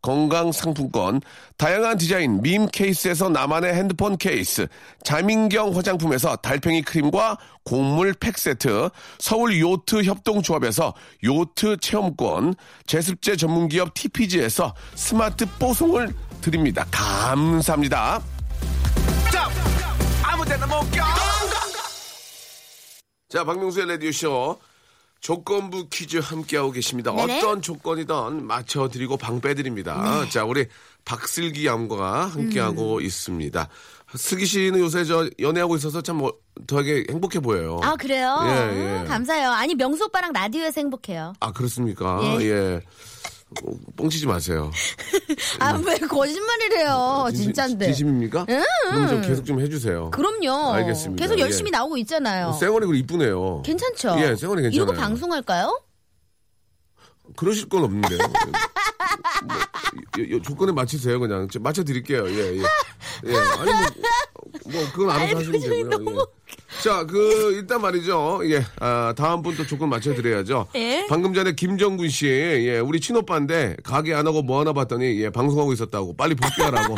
Speaker 2: 건강 상품권, 다양한 디자인 밈 케이스에서 나만의 핸드폰 케이스, 자민경 화장품에서 달팽이 크림과 곡물 팩 세트, 서울 요트 협동조합에서 요트 체험권, 제습제 전문기업 TPG에서 스마트 뽀송을 드립니다. 감사합니다.
Speaker 1: 자, 아무데나 못 가.
Speaker 2: 자, 박명수의 라디오쇼. 조건부 퀴즈 함께하고 계십니다.
Speaker 4: 네네.
Speaker 2: 어떤 조건이든 맞춰드리고 방 빼드립니다.
Speaker 4: 네.
Speaker 2: 자, 우리 박슬기 양과
Speaker 4: 음.
Speaker 2: 함께하고 있습니다. 슬기 씨는 요새 저 연애하고 있어서 참 뭐, 더하게 행복해 보여요.
Speaker 4: 아 그래요?
Speaker 2: 예,
Speaker 4: 음,
Speaker 2: 예.
Speaker 4: 감사해요. 아니 명수 오빠랑 라디오에서 행복해요.
Speaker 2: 아, 그렇습니까?
Speaker 4: 예.
Speaker 2: 예. 어, 뻥치지 마세요.
Speaker 4: 아 왜 거짓말이래요? 어, 진짠데.
Speaker 2: 진심, 입니까 그럼 좀 계속 좀 해주세요.
Speaker 4: 그럼요.
Speaker 2: 알겠습니다.
Speaker 4: 계속 열심히
Speaker 2: 예.
Speaker 4: 나오고 있잖아요.
Speaker 2: 쌩얼이 그 이쁘네요.
Speaker 4: 괜찮죠?
Speaker 2: 예, 쌩얼이 괜찮아요.
Speaker 4: 이러고 방송할까요?
Speaker 2: 그러실 건 없는데요. 뭐, 요- 요 조건에 맞추세요, 그냥. 저 맞춰드릴게요. 예, 예. 예. 아니, 뭐, 뭐, 그건 알아서 하시면 되고요. 예. 자, 그, 일단 말이죠. 예, 아, 다음 분 또 조건 맞춰드려야죠.
Speaker 4: 예.
Speaker 2: 방금 전에 김정군 씨, 예, 우리 친오빠인데, 가게 안 하고 뭐 하나 봤더니, 예, 방송하고 있었다고. 빨리 복귀하라고.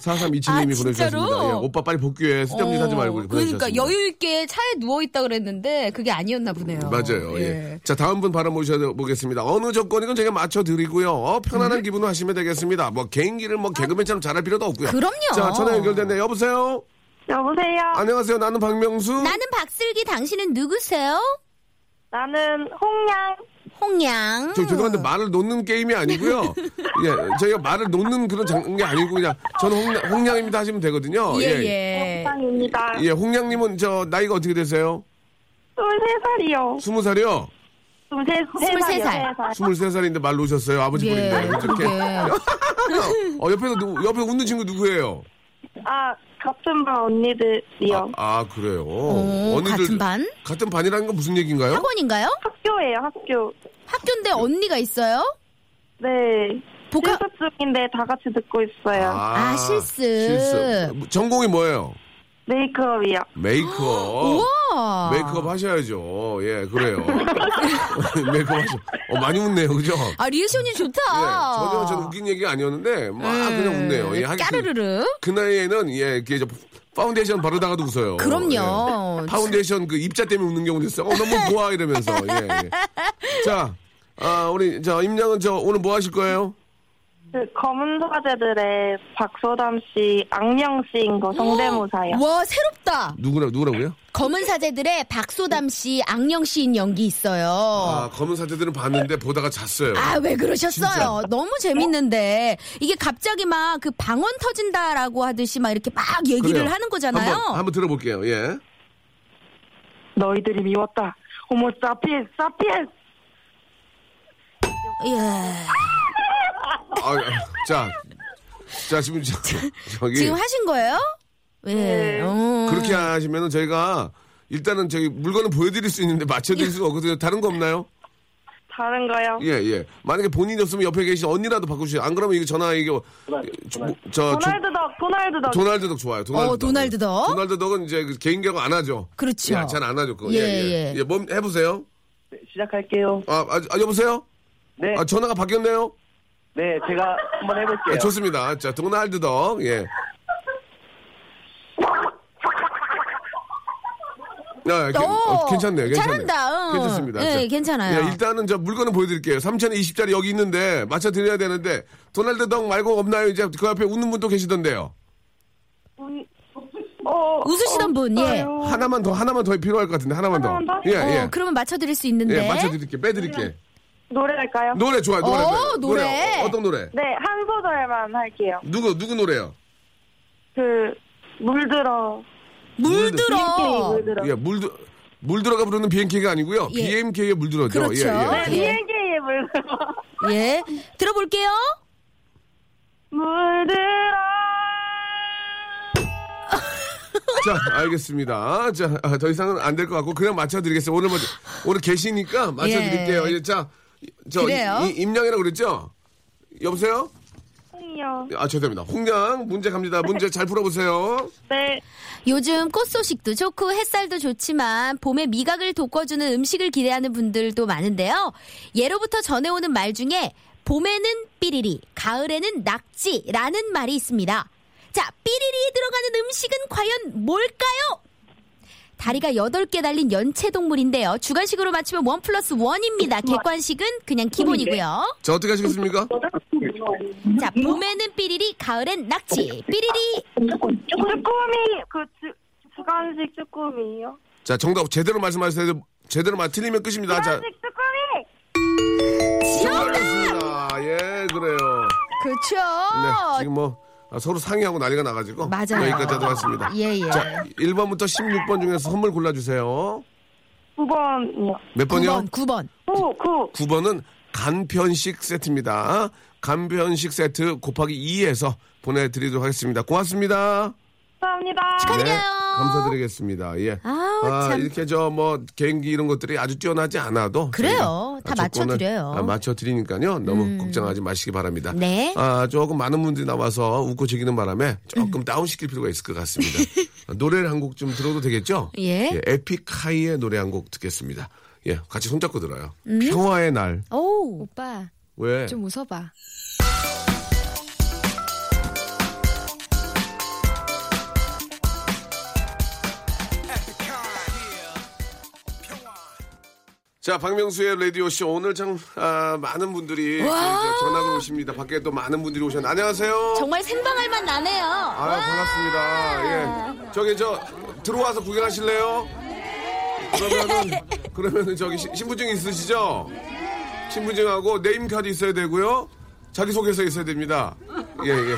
Speaker 2: 4327님이
Speaker 4: 아, 진짜로? 어,
Speaker 2: 보내주셨습니다. 예, 오빠 빨리 복귀해. 쓸데없는 일 하지 말고. 이렇게
Speaker 4: 그러니까
Speaker 2: 보내주셨습니다.
Speaker 4: 여유 있게 차에 누워 있다 그랬는데 그게 아니었나 보네요.
Speaker 2: 맞아요. 예. 자, 다음 분 바로 모셔보겠습니다. 어느 조건이건 제가 맞춰드리고요. 어, 편안한
Speaker 4: 음?
Speaker 2: 기분으로 하시면 되겠습니다. 뭐, 개인기를 뭐, 개그맨처럼 잘할 필요도 없고요.
Speaker 4: 그럼요.
Speaker 2: 자, 전화 연결됐네. 여보세요?
Speaker 3: 여보세요.
Speaker 2: 안녕하세요. 나는 박명수.
Speaker 4: 나는 박슬기, 당신은 누구세요?
Speaker 3: 나는 홍양.
Speaker 4: 홍양.
Speaker 2: 저 죄송한데 말을 놓는 게임이 아니고요. 예, 저희가 말을 놓는 그런 장, 게 아니고 그냥 저는 홍량, 홍량입니다 하시면 되거든요.
Speaker 4: 예, 예.
Speaker 3: 홍양입니다.
Speaker 2: 예, 홍량님은 저 나이가 어떻게 되세요?
Speaker 3: 23살이요.
Speaker 2: 스무 살이요?
Speaker 3: 23살.
Speaker 4: 23살.
Speaker 2: 스물 세 살인데 말 놓으셨어요. 아버지
Speaker 4: 예,
Speaker 2: 분인데.
Speaker 4: 그러게.
Speaker 2: 어떻게? 어, 옆에서 누구, 옆에 웃는 친구 누구예요?
Speaker 3: 아, 같은 반 언니들이요.
Speaker 2: 아, 아, 그래요.
Speaker 4: 오, 어, 같은 반?
Speaker 2: 같은 반이라는 건 무슨 얘기인가요?
Speaker 4: 학원인가요?
Speaker 3: 학교예요, 학교.
Speaker 4: 학교인데 언니가 있어요?
Speaker 3: 네.
Speaker 4: 복학-
Speaker 3: 실습 중인데 다 같이 듣고 있어요.
Speaker 4: 아, 실습.
Speaker 2: 실습. 전공이 뭐예요?
Speaker 3: 메이크업이요.
Speaker 2: 메이크업.
Speaker 4: 우와.
Speaker 2: 메이크업 하셔야죠. 예, 그래요. 메이크업 하셔. 어, 많이 웃네요, 그죠?
Speaker 4: 아, 리액션이 좋다.
Speaker 2: 예, 전혀 저는 웃긴 얘기가 아니었는데, 막 그냥 웃네요. 예, 하긴
Speaker 4: 까르르르.
Speaker 2: 그, 그 나이에는, 예, 이게 저 파운데이션 바르다가도 웃어요.
Speaker 4: 그럼요.
Speaker 2: 예. 파운데이션 그 입자 때문에 웃는 경우도 있어요. 어, 너무 좋아. 이러면서. 예, 예. 자, 아, 우리, 저, 임양은 저, 오늘 뭐 하실 거예요?
Speaker 3: 그 검은 소가제들의 박소담 씨, 악령 씨인 거 성대모사요.
Speaker 4: 와, 새롭다.
Speaker 2: 누구라, 누구라고요?
Speaker 4: 검은 사제들의 박소담 씨, 악령 씨인 연기 있어요.
Speaker 2: 아, 검은 사태들은 봤는데 보다가 잤어요.
Speaker 4: 아, 왜 그러셨어요?
Speaker 2: 진짜.
Speaker 4: 너무 재밌는데. 이게 갑자기 막 그 방언 터진다라고 하듯이 막 이렇게 막 얘기를
Speaker 2: 그래요.
Speaker 4: 하는 거잖아요.
Speaker 2: 한번, 한번 들어볼게요. 예.
Speaker 3: 너희들이 미웠다. 어머, 사피엔, 사피엔!
Speaker 4: 예.
Speaker 2: 아, 자, 자 지금 저, 저기
Speaker 4: 지금 하신 거예요? 예. 어.
Speaker 2: 그렇게 하시면은 저희가 일단은 저기 물건을 보여드릴 수 있는데
Speaker 4: 예.
Speaker 2: 맞춰드릴 수가 없거든요. 다른 거 없나요?
Speaker 3: 다른 거요?
Speaker 2: 예, 예. 만약에 본인이 없으면 옆에 계신 언니라도 바꿔주세요. 안 그러면 이거 전화 이게 조- 저 조-
Speaker 3: 도날드 덕, 도날드 덕.
Speaker 2: 도날드 덕 좋아요. 도날드
Speaker 4: 어, 도날드 덕.
Speaker 2: 도날드 덕은 이제 개인기하고 안 하죠. 예,
Speaker 4: 그렇죠.
Speaker 2: 잘 안 하죠. 그거.
Speaker 4: 예,
Speaker 2: 예, 예.
Speaker 4: 예.
Speaker 2: 예, 뭐 해보세요.
Speaker 9: 시작할게요.
Speaker 2: 아, 아, 아, 여보세요?
Speaker 9: 네.
Speaker 2: 아, 전화가 바뀌었네요?
Speaker 9: 네, 제가 한번 해볼게요.
Speaker 2: 아, 좋습니다. 자, 동나할드덕, 예. 야, 괜- 어,
Speaker 4: 오,
Speaker 2: 괜찮네요. 괜찮네요.
Speaker 4: 잘한다, 응.
Speaker 2: 괜찮습니다.
Speaker 4: 네,
Speaker 2: 자,
Speaker 4: 괜찮아요.
Speaker 2: 예, 일단은 저 물건을 보여드릴게요. 3,020짜리 여기 있는데 맞춰드려야 되는데 도날드 덕 말고 없나요? 이제 그 앞에 웃는 분도 계시던데요.
Speaker 3: 어,
Speaker 4: 웃으시던 분, 예.
Speaker 2: 하나만 더, 하나만 더 필요할 것 같은데 하나만 더. 예,
Speaker 4: 어,
Speaker 2: 예.
Speaker 4: 그러면 맞춰드릴 수 있는데.
Speaker 2: 예, 맞춰드릴게. 빼드릴게.
Speaker 3: 노래 할까요?
Speaker 2: 노래 좋아, 노래.
Speaker 3: 오, 노래.
Speaker 2: 어, 떤 노래?
Speaker 3: 네, 한 소절만 할게요.
Speaker 2: 누구, 누구 노래요?
Speaker 3: 그, 물들어. BNK 물들어.
Speaker 2: 예, 물들, 물들어가 부르는 BNK가 아니고요.
Speaker 3: 예.
Speaker 2: BMK의 물들어죠.
Speaker 3: 그렇죠.
Speaker 2: 예, 예.
Speaker 3: BNK의 물들어.
Speaker 4: 예. 들어볼게요.
Speaker 3: 물들어.
Speaker 2: 자, 알겠습니다. 자, 아, 더 이상은 안 될 것 같고 그냥 맞춰드리겠습니다. 오늘 뭐, 오늘 계시니까 맞춰드릴게요.
Speaker 4: 예.
Speaker 2: 예, 자, 저
Speaker 4: 그래요?
Speaker 2: 이- 이- 임양이라고 그랬죠? 여보세요?
Speaker 3: 홍이요.
Speaker 2: 아, 죄송합니다. 홍양 문제 갑니다. 문제 잘 풀어보세요.
Speaker 3: 네.
Speaker 4: 요즘 꽃 소식도 좋고 햇살도 좋지만 봄의 미각을 돋궈주는 음식을 기대하는 분들도 많은데요. 예로부터 전해오는 말 중에 봄에는 삐리리, 가을에는 낙지라는 말이 있습니다. 자, 삐리리에 들어가는 음식은 과연 뭘까요? 다리가 8개 달린 연체동물인데요. 주관식으로 맞추면 원 플러스 원입니다 객관식은 그냥 기본이고요.
Speaker 2: 자, 어떻게 하시겠습니까?
Speaker 4: 자, 봄에는 삐리리, 가을엔 낙지. 삐리리.
Speaker 3: 쭈꾸미. 그, 주, 주간식 쭈꾸미요.
Speaker 2: 자, 정답 제대로 말씀하세요. 제대로 맞, 틀리면 끝입니다. 자,
Speaker 3: 주간식 쭈꾸미!
Speaker 2: 수고하셨습니다. 예, 그래요.
Speaker 4: 그렇죠.
Speaker 2: 네, 지금 뭐 아, 서로 상의하고 난리가 나가지고
Speaker 4: 맞아요.
Speaker 2: 여기까지 왔습니다.
Speaker 4: 예, 예.
Speaker 2: 자, 1번부터 16번 중에서 선물 골라주세요.
Speaker 3: 9번이요.
Speaker 2: 몇 번이요?
Speaker 4: 9번.
Speaker 3: 9, 9.
Speaker 2: 9번은 간편식 세트입니다. 간편식 세트 곱하기 2에서 보내드리도록 하겠습니다. 고맙습니다.
Speaker 3: 감사합니다.
Speaker 2: 네, 감사드리겠습니다. 예.
Speaker 4: 아우, 참.
Speaker 2: 이렇게 저 뭐 개인기 이런 것들이 아주 뛰어나지 않아도
Speaker 4: 그래요.
Speaker 2: 저희가
Speaker 4: 다
Speaker 2: 조건을,
Speaker 4: 맞춰드려요. 음.
Speaker 2: 아, 맞춰드리니까요. 너무 걱정하지 마시기 바랍니다.
Speaker 4: 네.
Speaker 2: 아 조금 많은 분들이 나와서 웃고 즐기는 바람에 조금
Speaker 4: 음.
Speaker 2: 다운 시킬 필요가 있을 것 같습니다. 아, 노래를 한 곡 좀 들어도 되겠죠?
Speaker 4: 예.
Speaker 2: 에픽하이의 노래 한 곡 듣겠습니다. 예, 같이 손잡고 들어요.
Speaker 4: 음.
Speaker 2: 평화의 날.
Speaker 4: 오. 오빠,
Speaker 2: 왜?
Speaker 4: 웃어봐.
Speaker 2: 자, 박명수의 라디오쇼. 오늘 참, 아, 많은 분들이
Speaker 4: 와.
Speaker 2: 저희 이제 전화가 오십니다. 밖에 또 많은 분들이 오셨는데. 안녕하세요.
Speaker 4: 정말 생방할 맛 나네요.
Speaker 2: 아, 반갑습니다. 예. 저기, 저, 들어와서 구경하실래요? 그러면은, 그러면은 저기, 시- 신분증 있으시죠? 신분증하고 네임카드 있어야 되고요. 자기소개서 있어야 됩니다. 예, 예.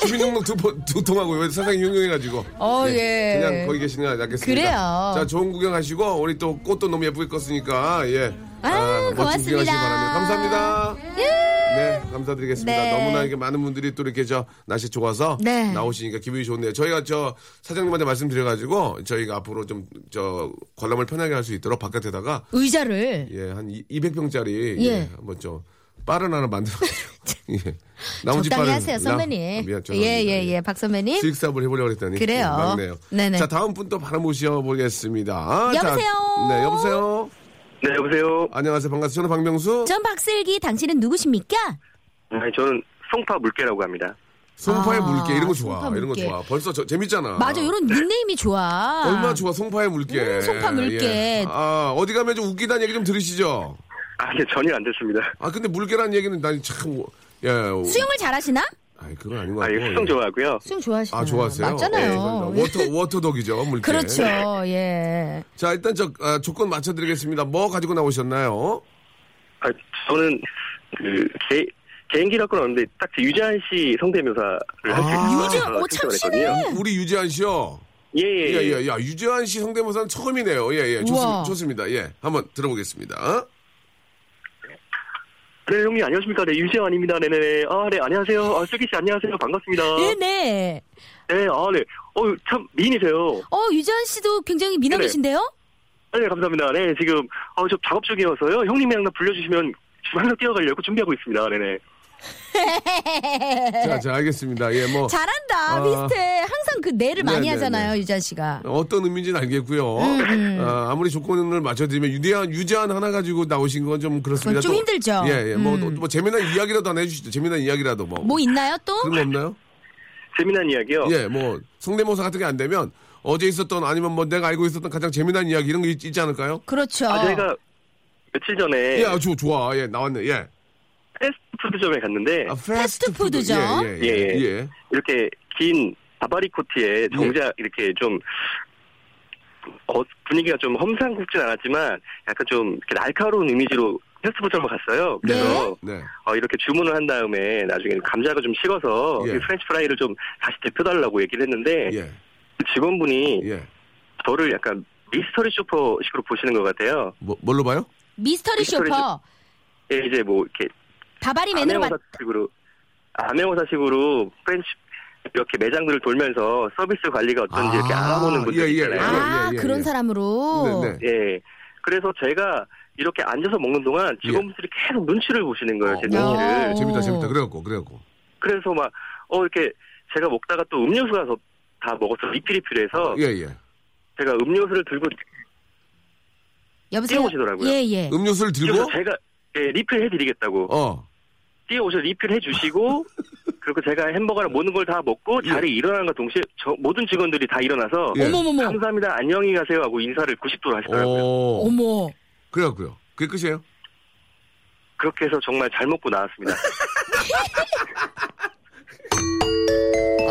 Speaker 2: 주민등록 두, 번- 두 통하고요. 세상이 흉흉해가지고.
Speaker 4: 어, 예.
Speaker 2: 그냥 거기 계시는 게 낫겠습니다.
Speaker 4: 그래요.
Speaker 2: 자, 좋은 구경하시고, 우리 또 꽃도 너무 예쁘게 껐으니까, 예.
Speaker 4: 아유,
Speaker 2: 멋진
Speaker 4: 고맙습니다. 예.
Speaker 2: 구경하시기 바랍니다. 감사합니다. 네, 감사드리겠습니다.
Speaker 4: 네.
Speaker 2: 너무나 이렇게 많은 분들이 또 이렇게 저 날씨 좋아서
Speaker 4: 네.
Speaker 2: 나오시니까 기분이 좋네요. 저희가 저 사장님한테 말씀드려가지고 저희가 앞으로 좀 저 관람을 편하게 할 수 있도록 바깥에다가
Speaker 4: 의자를.
Speaker 2: 예, 한 200평짜리
Speaker 4: 예.
Speaker 2: 예. 한번 좀 빠른 하나 만들어 예. 나머지
Speaker 4: 적당히
Speaker 2: 빠른-
Speaker 4: 하세요,
Speaker 2: 나- 아,
Speaker 4: 선배님.
Speaker 2: 미안,
Speaker 4: 예, 예, 예, 박 선배님.
Speaker 2: 직삽을 해보려고 했더니
Speaker 4: 그래요.
Speaker 2: 예, 막네요.
Speaker 4: 네네.
Speaker 2: 자 다음 분 또 바로 모셔보겠습니다. 자,
Speaker 4: 여보세요?
Speaker 2: 네 여보세요.
Speaker 7: 네, 여보세요.
Speaker 2: 안녕하세요. 반갑습니다. 저는 박명수.
Speaker 4: 전 박슬기, 당신은 누구십니까?
Speaker 7: 아니, 저는 송파 물개라고 합니다.
Speaker 2: 송파의
Speaker 4: 아,
Speaker 2: 물개 이런 거 좋아.
Speaker 4: 송파
Speaker 2: 이런 거
Speaker 4: 물개.
Speaker 2: 좋아. 벌써 저- 재밌잖아.
Speaker 4: 맞아, 이런 닉네임이 좋아.
Speaker 2: 얼마나 좋아 송파의 물개.
Speaker 4: 음, 송파 물개.
Speaker 2: 예. 아 어디 가면 좀 웃기다는 얘기 좀 들으시죠.
Speaker 7: 아니, 전혀 안 됐습니다.
Speaker 2: 아 근데 물개라는 얘기는 난 참. 예.
Speaker 4: 수영을 잘하시나?
Speaker 2: 아니 그건 아닌 것
Speaker 7: 아,
Speaker 2: 같고.
Speaker 7: 예, 수영 좋아하고요.
Speaker 4: 수영 좋아하시나?
Speaker 2: 아 좋았어요. 예,
Speaker 4: 맞잖아요.
Speaker 2: 감사합니다. 워터 워터독이죠 물개.
Speaker 4: 그렇죠, 예.
Speaker 2: 자 일단 저 아, 조건 맞춰드리겠습니다. 뭐 가지고 나오셨나요?
Speaker 7: 아, 저는 그 개, 개인기라고 하는데 딱그 유재한 씨 성대묘사를
Speaker 2: 아.
Speaker 7: 할수 있는
Speaker 4: 유재한, 오, 참신해.
Speaker 2: 우리 유재한 씨요.
Speaker 7: 예, 예,
Speaker 2: 야,
Speaker 7: 예.
Speaker 2: 야, 야, 유재한 씨 성대모사는 처음이네요. 예, 예,
Speaker 4: 우와.
Speaker 2: 좋습, 좋습니다. 예, 한번 들어보겠습니다.
Speaker 7: 네, 형님, 안녕하십니까. 네, 유재환입니다. 네네네. 아, 네, 안녕하세요. 아, 슬기 씨, 안녕하세요. 반갑습니다.
Speaker 2: 어. 예?
Speaker 4: 예, 네네.
Speaker 7: 네, 아, 네. 어, 참, 미인이세요.
Speaker 4: 어, 유재환 씨도 굉장히 미남이신데요?
Speaker 7: 아, 네, 감사합니다. 네, 지금, 어, 저 작업 중이어서요. 형님이랑 나 불려주시면 지금 항상 뛰어가려고 준비하고 있습니다. 네네.
Speaker 2: 자, 자, 알겠습니다. 예, 뭐.
Speaker 4: 잘한다
Speaker 2: 아,
Speaker 4: 비슷해 항상 그 내를
Speaker 2: 네,
Speaker 4: 많이
Speaker 2: 네,
Speaker 4: 하잖아요 유자 씨가
Speaker 2: 어떤 의미인지는 알겠고요.
Speaker 4: 음,
Speaker 2: 아, 무리 조건을 맞춰드리면 유대한 유재한 하나 가지고 나오신 건 좀 그렇습니다.
Speaker 4: 그건 좀
Speaker 2: 또-
Speaker 4: 힘들죠.
Speaker 2: 예, 예. 뭐,
Speaker 4: 음.
Speaker 2: 또- 뭐 재미난 이야기라도 하나 해주시죠. 재미난 이야기라도 뭐.
Speaker 4: 뭐 있나요 또
Speaker 2: 그런 거 없나요?
Speaker 7: 재미난 이야기요.
Speaker 2: 예, 뭐 성대모사 같은 게 안 되면 어제 있었던 아니면 뭐 내가 알고 있었던 가장 재미난 이야기 이런 게 있, 있지 않을까요?
Speaker 4: 그렇죠
Speaker 7: 아, 저희가 며칠 전에
Speaker 2: 예, 아, 좋 좋아. 예, 나왔네. 예. 아,
Speaker 7: 패스트푸드점에 갔는데
Speaker 4: 패스트푸드죠
Speaker 2: 예, 예, 예.
Speaker 7: 예,
Speaker 2: 예.
Speaker 7: 이렇게 긴 바바리 코트에 정작 이렇게 좀 어, 분위기가 좀 험상궂진 않았지만 약간 좀 이렇게 날카로운 이미지로 패스트푸드점을 갔어요. 그래서
Speaker 2: 네.
Speaker 7: 어, 이렇게 주문을 한 다음에 나중에 감자가 좀 식어서
Speaker 2: 예.
Speaker 7: 이 프렌치 프라이를 좀 다시 데펴달라고 얘기를 했는데
Speaker 2: 예.
Speaker 7: 그 직원분이
Speaker 2: 예.
Speaker 7: 저를 약간 미스터리 쇼퍼식으로 보시는 것 같아요.
Speaker 2: 뭐, 뭘로 봐요?
Speaker 4: 미스터리
Speaker 7: 미스터리
Speaker 4: 쇼퍼
Speaker 7: 예, 이제 뭐 이렇게
Speaker 4: 바바리 맨으로 봤
Speaker 7: 아메호사식으로 아메호사식으로 프렌치 이렇게 매장들을 돌면서 서비스 관리가 어떤지 이렇게 알아보는 분들
Speaker 2: 예, 예,
Speaker 7: 있잖아요.
Speaker 2: 아,
Speaker 4: 그런 사람으로
Speaker 2: 네, 네.
Speaker 7: 예. 그래서 제가 이렇게 앉아서 먹는 동안
Speaker 2: 예.
Speaker 7: 직원분들이 계속 눈치를 보시는 거예요,
Speaker 2: 어.
Speaker 7: 제 눈치를.
Speaker 2: 오, 재밌다,
Speaker 4: 어.
Speaker 2: 재밌다. 그래갖고, 그래갖고.
Speaker 7: 그래서 막, 어, 이렇게 제가 먹다가 또 음료수가 더- 다 먹었어. 리필이 필요해서
Speaker 2: 예, 예.
Speaker 7: 제가 음료수를 들고
Speaker 4: 여보세요
Speaker 7: 뛰어오시더라고요.
Speaker 4: 예예
Speaker 2: 음료수를
Speaker 7: 그래서
Speaker 2: 들고
Speaker 7: 제가 예, 리필해드리겠다고.
Speaker 2: 어.
Speaker 7: 뛰어오셔서 리필해주시고, 그리고 제가 햄버거랑 모든 걸 다 먹고 자리에 일어난과 동시에 저- 모든 직원들이 다 일어나서
Speaker 2: 예.
Speaker 4: 어머머머.
Speaker 7: 감사합니다, 안녕히 가세요 하고 인사를 90도로 하시더라고요.
Speaker 2: 오.
Speaker 4: 어머
Speaker 2: 그래갖고요. 그게 끝이에요?
Speaker 7: 그렇게 해서 정말 잘 먹고 나왔습니다.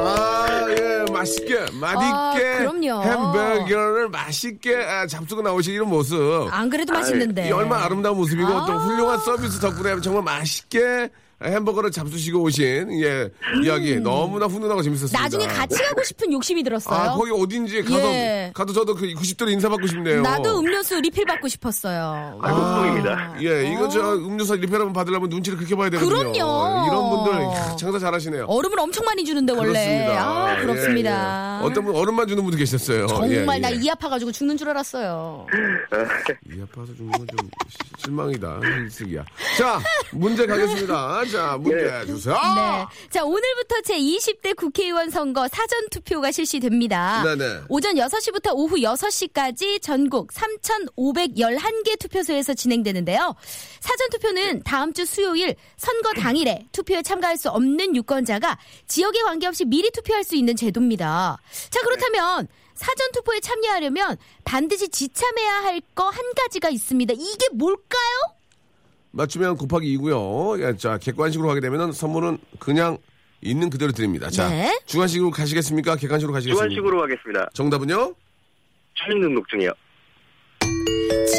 Speaker 2: 아, 예, 맛있게, 맛있게.
Speaker 4: 아, 그럼요.
Speaker 2: 햄버거를 맛있게 아, 잡수고 나오신 이런 모습.
Speaker 4: 안 그래도
Speaker 2: 아이,
Speaker 4: 맛있는데
Speaker 2: 이 얼마나 아름다운 모습이고
Speaker 4: 네. 아.
Speaker 2: 또 훌륭한 서비스 덕분에 정말 맛있게 햄버거를 잡수시고 오신 예 이야기 너무나 훈훈하고 재밌었습니다.
Speaker 4: 음. 나중에 같이 가고 싶은 욕심이 들었어요
Speaker 2: 아 거기 어딘지 가서
Speaker 4: 예.
Speaker 2: 가도 저도 그 90도로 인사받고 싶네요.
Speaker 4: 나도 음료수 리필 받고 싶었어요
Speaker 7: 아이고, 똥입니다.
Speaker 2: 예, 이거 저 음료수 리필 한번 받으려면 눈치를 그렇게 봐야 되거든요.
Speaker 4: 어.
Speaker 2: 예,
Speaker 4: 그럼요.
Speaker 2: 이런 분들 야, 장사 잘하시네요.
Speaker 4: 얼음을 엄청 많이 주는데 원래 아
Speaker 2: 예,
Speaker 4: 그렇습니다
Speaker 2: 예. 어떤 분 얼음만 주는 분도 계셨어요.
Speaker 4: 아, 정말
Speaker 2: 예,
Speaker 4: 나
Speaker 2: 예.
Speaker 4: 이 아파가지고 죽는 줄 알았어요 네.
Speaker 2: 이 아파서 죽는 건좀 실망이다. 일찍이야. 자, 문제 가겠습니다. 자, 문제 주세요.
Speaker 4: 네. 자, 오늘부터 제20대 국회의원 선거 사전 투표가 실시됩니다.
Speaker 2: 네네.
Speaker 4: 오전 6시부터 오후 6시까지 전국 3,511개 투표소에서 진행되는데요. 사전 투표는 다음 주 수요일 선거 당일에 투표에 참가할 수 없는 유권자가 지역에 관계없이 미리 투표할 수 있는 제도입니다. 자, 그렇다면 사전 투표에 참여하려면 반드시 지참해야 할 거 한 가지가 있습니다. 이게 뭘까요?
Speaker 2: 맞추면 곱하기 2고요. 예, 자, 객관식으로 하게 되면 선물은 그냥 있는 그대로 드립니다. 자,
Speaker 4: 네.
Speaker 2: 주관식으로 가시겠습니까? 객관식으로 가시겠습니까?
Speaker 7: 주관식으로 하겠습니다.
Speaker 2: 정답은요?
Speaker 7: 주민등록증이요.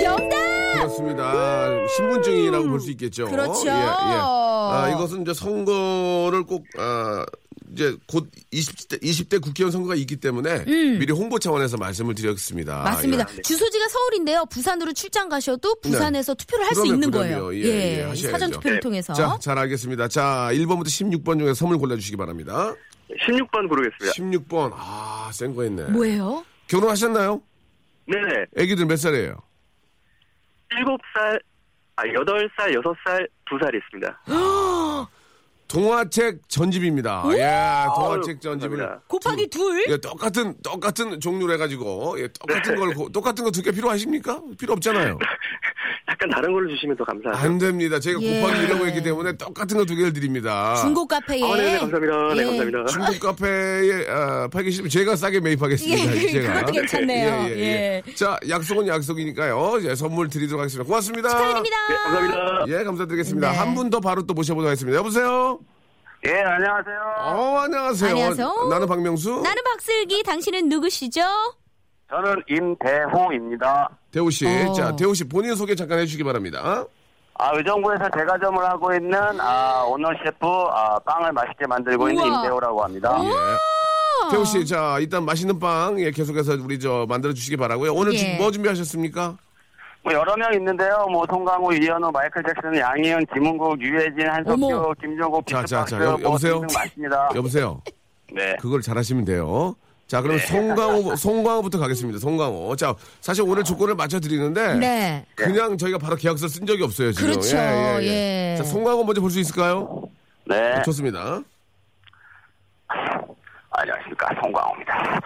Speaker 4: 정답!
Speaker 2: 그렇습니다. 신분증이라고 볼 수 있겠죠.
Speaker 4: 그렇죠.
Speaker 2: 예, 예. 아, 이것은 이제 선거를 꼭, 아, 이제 곧 20대, 20대 국회의원 선거가 있기 때문에 미리 홍보 차원에서 말씀을 드렸습니다.
Speaker 4: 음. 맞습니다.
Speaker 2: 예.
Speaker 4: 주소지가 서울인데요. 부산으로 출장 가셔도 부산에서 투표를 할 수
Speaker 2: 네. 그러면
Speaker 4: 있는
Speaker 2: 그럼요.
Speaker 4: 거예요.
Speaker 2: 예, 예, 하셔야죠.
Speaker 4: 사전 투표를 통해서.
Speaker 2: 자, 잘 알겠습니다. 자, 1번부터 16번 중에 선물 골라주시기 바랍니다.
Speaker 7: 16번 고르겠습니다.
Speaker 2: 16번. 아, 센 거 했네.
Speaker 4: 뭐예요?
Speaker 2: 결혼하셨나요?
Speaker 7: 네네.
Speaker 2: 애기들 몇 살이에요?
Speaker 7: 7살, 아, 8살, 6살, 2살 있습니다.
Speaker 2: 동화책 전집입니다. 예, 동화책
Speaker 7: 아유,
Speaker 2: 전집을.
Speaker 7: 감사합니다.
Speaker 4: 곱하기 둘?
Speaker 2: 예, 똑같은, 똑같은 종류로 해가지고, 예, 똑같은 걸, 고- 똑같은 거 두 개 필요하십니까? 필요 없잖아요.
Speaker 7: 약간 다른 걸로 주시면 더 감사하죠.
Speaker 2: 안 됩니다. 제가
Speaker 4: 예.
Speaker 2: 곱하기 1이라고 했기 때문에 똑같은 거 두 개를 드립니다.
Speaker 4: 중고 카페에.
Speaker 7: 아, 네네, 감사합니다.
Speaker 4: 예.
Speaker 7: 네, 감사합니다.
Speaker 2: 중국 카페에 아, 팔기 싫으면 제가 싸게 매입하겠습니다.
Speaker 4: 예,
Speaker 2: 제가.
Speaker 4: 그것도 괜찮네요. 예.
Speaker 2: 자, 약속은 약속이니까요. 이제 선물 드리도록 하겠습니다. 고맙습니다.
Speaker 4: 축하드립니다.
Speaker 7: 네, 감사합니다.
Speaker 2: 예, 감사드리겠습니다.
Speaker 4: 네.
Speaker 2: 한 분 더 바로 또 모셔보도록 하겠습니다. 여보세요?
Speaker 9: 예, 안녕하세요.
Speaker 2: 어, 안녕하세요.
Speaker 4: 안녕하세요.
Speaker 2: 나는 박명수.
Speaker 4: 나는 박슬기, 당신은 누구시죠?
Speaker 9: 저는 임대호입니다.
Speaker 2: 대호 씨.
Speaker 4: 어.
Speaker 2: 자, 대호 씨 본인 소개 잠깐 해주시기 바랍니다.
Speaker 9: 아, 의정부에서 대가점을 하고 있는 아, 오너 셰프 아, 빵을 맛있게 만들고 있는
Speaker 4: 우와.
Speaker 9: 임대호라고 합니다.
Speaker 2: 예. 대호 씨, 자, 일단 맛있는 빵 예, 계속해서 우리 저 만들어주시기 바라고요. 오늘
Speaker 4: 예.
Speaker 2: 주- 뭐 준비하셨습니까?
Speaker 9: 뭐 여러 명 있는데요. 뭐 송강호, 이현우, 마이클 잭슨, 양희은, 김은국, 유해진,
Speaker 4: 어머.
Speaker 9: 한석규, 김종국,
Speaker 2: 자, 자,
Speaker 9: 비트박스
Speaker 2: 자,
Speaker 9: 뭐
Speaker 2: 여- 여보세요?
Speaker 9: 등등 많습니다.
Speaker 2: 여보세요?
Speaker 9: 네.
Speaker 2: 그걸 잘하시면 돼요. 자, 그럼 송강호, 송강호부터 가겠습니다. 송강호. 자, 사실 오늘 조건을 맞춰드리는데.
Speaker 4: 네.
Speaker 2: 그냥 저희가 바로 계약서 쓴 적이 없어요, 지금.
Speaker 4: 그렇죠. 예.
Speaker 2: 자, 송강호 먼저 볼 수 있을까요?
Speaker 7: 네.
Speaker 2: 좋습니다.
Speaker 7: 안녕하십니까 송광호입니다.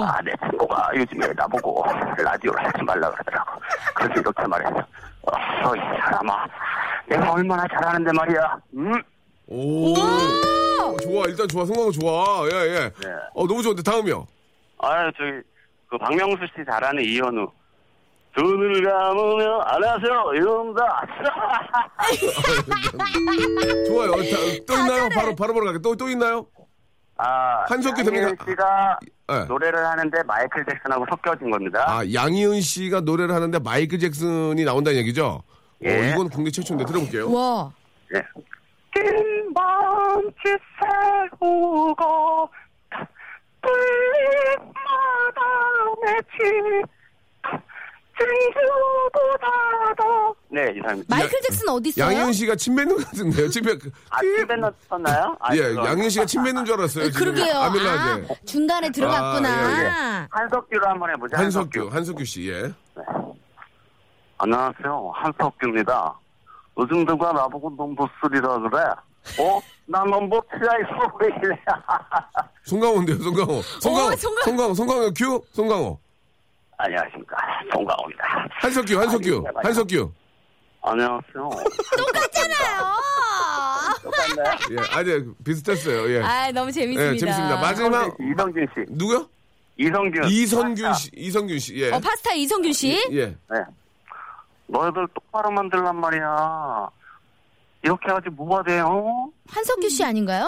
Speaker 7: 아, 내 친구가 요즘에 나보고 라디오를 하지 말라 그러더라고. 그래서 이렇게 말했어. 어이 사람아, 내가 얼마나 잘하는데 말이야. 음?
Speaker 2: 오. 오, 좋아 일단 좋아 성광호 좋아 예예.
Speaker 7: 네.
Speaker 2: 어 너무 좋은데 다음이요.
Speaker 7: 아유 저기 그 박명수 씨 잘하는 이현우. 눈을 감으면 안녕하세요 이현우다.
Speaker 2: 좋아요. 다, 또 있나요? 바로 바로 바로 갈게. 또또 있나요?
Speaker 7: 아,
Speaker 2: 한석규
Speaker 7: 양희은
Speaker 2: 됩니다.
Speaker 7: 씨가
Speaker 2: 예.
Speaker 7: 노래를 하는데 마이클 잭슨하고 섞여진 겁니다.
Speaker 2: 아 양희은 씨가 노래를 하는데 마이클 잭슨이 나온다는 얘기죠? 어,
Speaker 7: 예.
Speaker 2: 이건 국내 최초인데 들어볼게요.
Speaker 4: 와.
Speaker 7: 예.
Speaker 10: 긴 밤치 세우고 불마다 맺힌 진주보다 더
Speaker 7: 네 이상입니다.
Speaker 4: 마이클 잭슨 어디 있어요?
Speaker 2: 양희은 씨가 침 뱉는 것 같은데요. 침 뱉. 그,
Speaker 7: 아, 침뱉 넣었나요? 아,
Speaker 2: 예,
Speaker 7: 그거.
Speaker 2: 양희은 씨가 침 뱉는 줄 알았어요. 지금.
Speaker 4: 그러게요. 아,
Speaker 2: 아밀라제.
Speaker 4: 중간에 들어갔구나.
Speaker 2: 아,
Speaker 7: 한석규로 한번 해보자.
Speaker 2: 한석규, 한석규 씨, 예.
Speaker 7: 안녕하세요. 한석규입니다. 요즘 누가 나보고 농부 쓰리라 그래? 어? 나 농부 치아 있어 보이네.
Speaker 2: 송강호인데요,
Speaker 4: 어,
Speaker 2: 송강호. 송강호, 송강호, 송강호, 큐, 송강호.
Speaker 7: 안녕하십니까. 송강호입니다.
Speaker 2: 한석규, 한석규,
Speaker 7: 아니, 네,
Speaker 2: 한석규.
Speaker 7: 안녕하세요.
Speaker 2: 예, 아니, 비슷했어요, 예.
Speaker 4: 아, 너무 재밌습니다.
Speaker 2: 예, 재밌습니다.
Speaker 7: 어,
Speaker 2: 마지막.
Speaker 7: 이성균 씨.
Speaker 2: 누구요?
Speaker 7: 이성균.
Speaker 2: 이성균 씨, 이성균 씨, 예.
Speaker 4: 어, 파스타 이성균 씨.
Speaker 2: 예.
Speaker 7: 네. 너희들 똑바로 만들란 말이야. 이렇게 하지 뭐가 돼요? 어?
Speaker 4: 한석규 씨 아닌가요?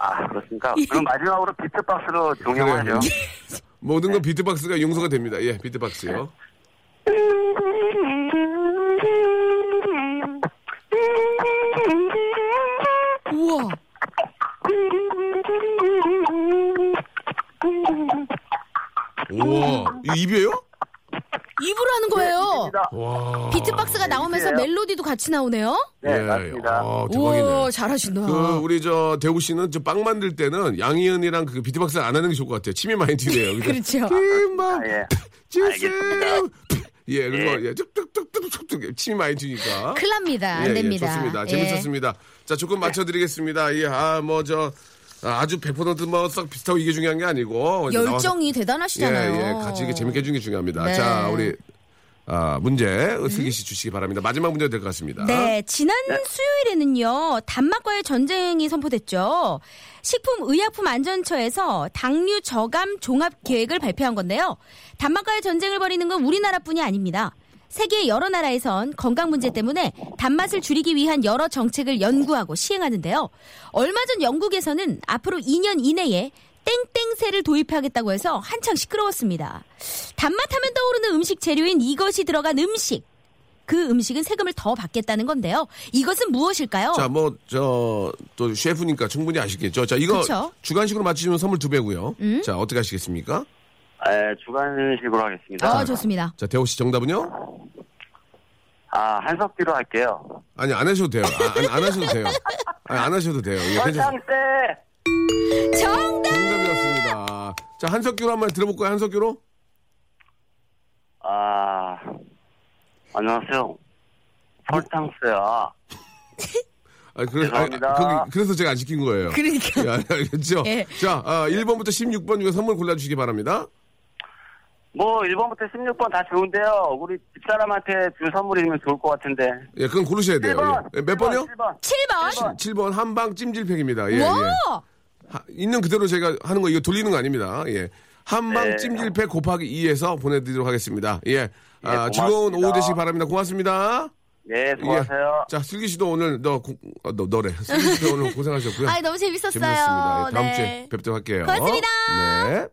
Speaker 7: 아, 그렇습니까? 그럼 마지막으로 비트박스로 종영하죠.
Speaker 2: 네. 모든
Speaker 7: 네.
Speaker 2: 건 비트박스가 용서가 됩니다. 예, 비트박스요.
Speaker 4: 우와.
Speaker 2: 우와, 이거 입이에요?
Speaker 4: 입으로 하는
Speaker 2: 네,
Speaker 4: 거예요.
Speaker 2: 와.
Speaker 4: 비트박스가
Speaker 2: 네,
Speaker 4: 나오면서
Speaker 7: 비트예요.
Speaker 4: 멜로디도 같이 나오네요.
Speaker 7: 네,
Speaker 2: 예,
Speaker 7: 맞습니다.
Speaker 2: 아, 대박이네.
Speaker 4: 우와, 아. 잘하신다.
Speaker 2: 그 우리 저 대우 씨는 저 빵 만들 때는 양희은이랑 그 비트박스 안 하는 게 좋을 것 같아요. 침이 많이 튀네요.
Speaker 4: 그렇죠.
Speaker 2: 김밥
Speaker 7: 아, 예.
Speaker 2: 주세요. 예, 그거 예, 쭉쭉쭉쭉쭉 침이 많이 튀니까.
Speaker 4: 큰일 납니다. 안
Speaker 2: 예,
Speaker 4: 됩니다.
Speaker 2: 예, 좋습니다.
Speaker 4: 예.
Speaker 2: 재밌었습니다. 자, 조건 맞춰드리겠습니다. 예, 아, 뭐, 저, 아, 아주 100%뭐썩 비슷하고 이게 중요한 게 아니고. 이제 나와서-
Speaker 4: 열정이 대단하시잖아요.
Speaker 2: 예, 예, 같이 이게 재밌게 해준 게 중요합니다.
Speaker 4: 네.
Speaker 2: 자, 우리, 아, 문제, 슬기 씨 주시기 바랍니다. 마지막 문제 될 것 같습니다.
Speaker 4: 네, 지난 수요일에는요, 단맛과의 전쟁이 선포됐죠. 식품의약품안전처에서 당류 저감 종합 계획을 발표한 건데요. 단맛과의 전쟁을 벌이는 건 우리나라뿐이 아닙니다. 세계 여러 나라에선 건강 문제 때문에 단맛을 줄이기 위한 여러 정책을 연구하고 시행하는데요. 얼마 전 영국에서는 앞으로 2년 이내에 땡땡새를 도입하겠다고 해서 한창 시끄러웠습니다. 단맛하면 떠오르는 음식 재료인 이것이 들어간 음식. 그 음식은 세금을 더 받겠다는 건데요. 이것은 무엇일까요?
Speaker 2: 자, 뭐, 저, 또 셰프니까 충분히 아시겠죠. 자, 이거
Speaker 4: 그쵸? 음?
Speaker 2: 주간식으로 맞추시면 선물 두 배고요. 자, 어떻게 하시겠습니까?
Speaker 7: 예, 주간식으로 하겠습니다.
Speaker 4: 아, 좋습니다.
Speaker 2: 자, 대호 씨 정답은요?
Speaker 7: 아, 한석규로 할게요.
Speaker 2: 아니, 안 하셔도 돼요. 아, 안, 안 하셔도 돼요. 아니, 안 하셔도 돼요. 예, 괜찮습니다.
Speaker 7: 원상세!
Speaker 4: 정답!
Speaker 2: 정답이었습니다. 자, 한석규로 한번 들어볼까요? 한석규로?
Speaker 7: 아, 안녕하세요. 설탕스야.
Speaker 2: 아, 그래,
Speaker 7: 죄송합니다.
Speaker 2: 서 제가 안 시킨 거예요.
Speaker 4: 그러니까.
Speaker 2: 예, 알- 알겠죠?
Speaker 4: 예.
Speaker 2: 자, 아, 1번부터 16번 중에 선물 골라주시기 바랍니다.
Speaker 7: 뭐, 1번부터 16번 다 좋은데요. 우리 집사람한테 줄 선물이면 좋을 것 같은데.
Speaker 2: 예, 그건 고르셔야 돼요.
Speaker 7: 1번!
Speaker 2: 예. 예, 몇 번이요?
Speaker 7: 1번.
Speaker 4: 7번.
Speaker 2: 7번 한방 찜질팩입니다. 예,
Speaker 4: 와!
Speaker 2: 예. 하- 있는 그대로 제가 하는 거 이거 돌리는 거 아닙니다. 예. 한방
Speaker 7: 네.
Speaker 2: 찜질팩 곱하기 2에서 보내드리도록 하겠습니다. 예. 아,
Speaker 7: 고맙습니다.
Speaker 2: 즐거운 오후 되시기 바랍니다. 고맙습니다.
Speaker 7: 네, 수고하세요.
Speaker 2: 예. 자, 슬기 씨도 오늘 너, 고, 아, 너 너래. 슬기 씨도 오늘 고생하셨고요.
Speaker 4: 아, 너무 재밌었어요.
Speaker 2: 재밌었습니다. 예, 다음
Speaker 4: 네.
Speaker 2: 주에 뵙도록 할게요.
Speaker 4: 고맙습니다.
Speaker 2: 네.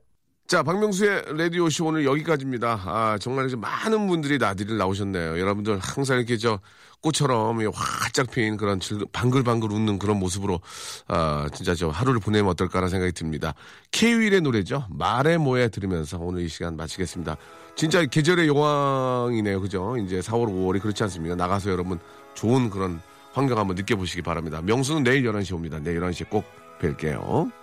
Speaker 2: 자, 박명수의 라디오 쇼 오늘 여기까지입니다. 아, 정말 이제 많은 분들이 나들이를 나오셨네요. 여러분들 항상 이렇게 저 꽃처럼 이 활짝 핀 그런 즐- 방글방글 웃는 그런 모습으로 아, 진짜 저 하루를 보내면 어떨까라는 생각이 듭니다. 케이윌의 노래죠. 말해 뭐해 들으면서 오늘 이 시간 마치겠습니다. 진짜 계절의 여왕이네요. 그죠? 이제 4월, 5월이 그렇지 않습니까? 나가서 여러분 좋은 그런 환경 한번 느껴보시기 바랍니다. 명수는 내일 11시 옵니다. 내일 11시에 꼭 뵐게요.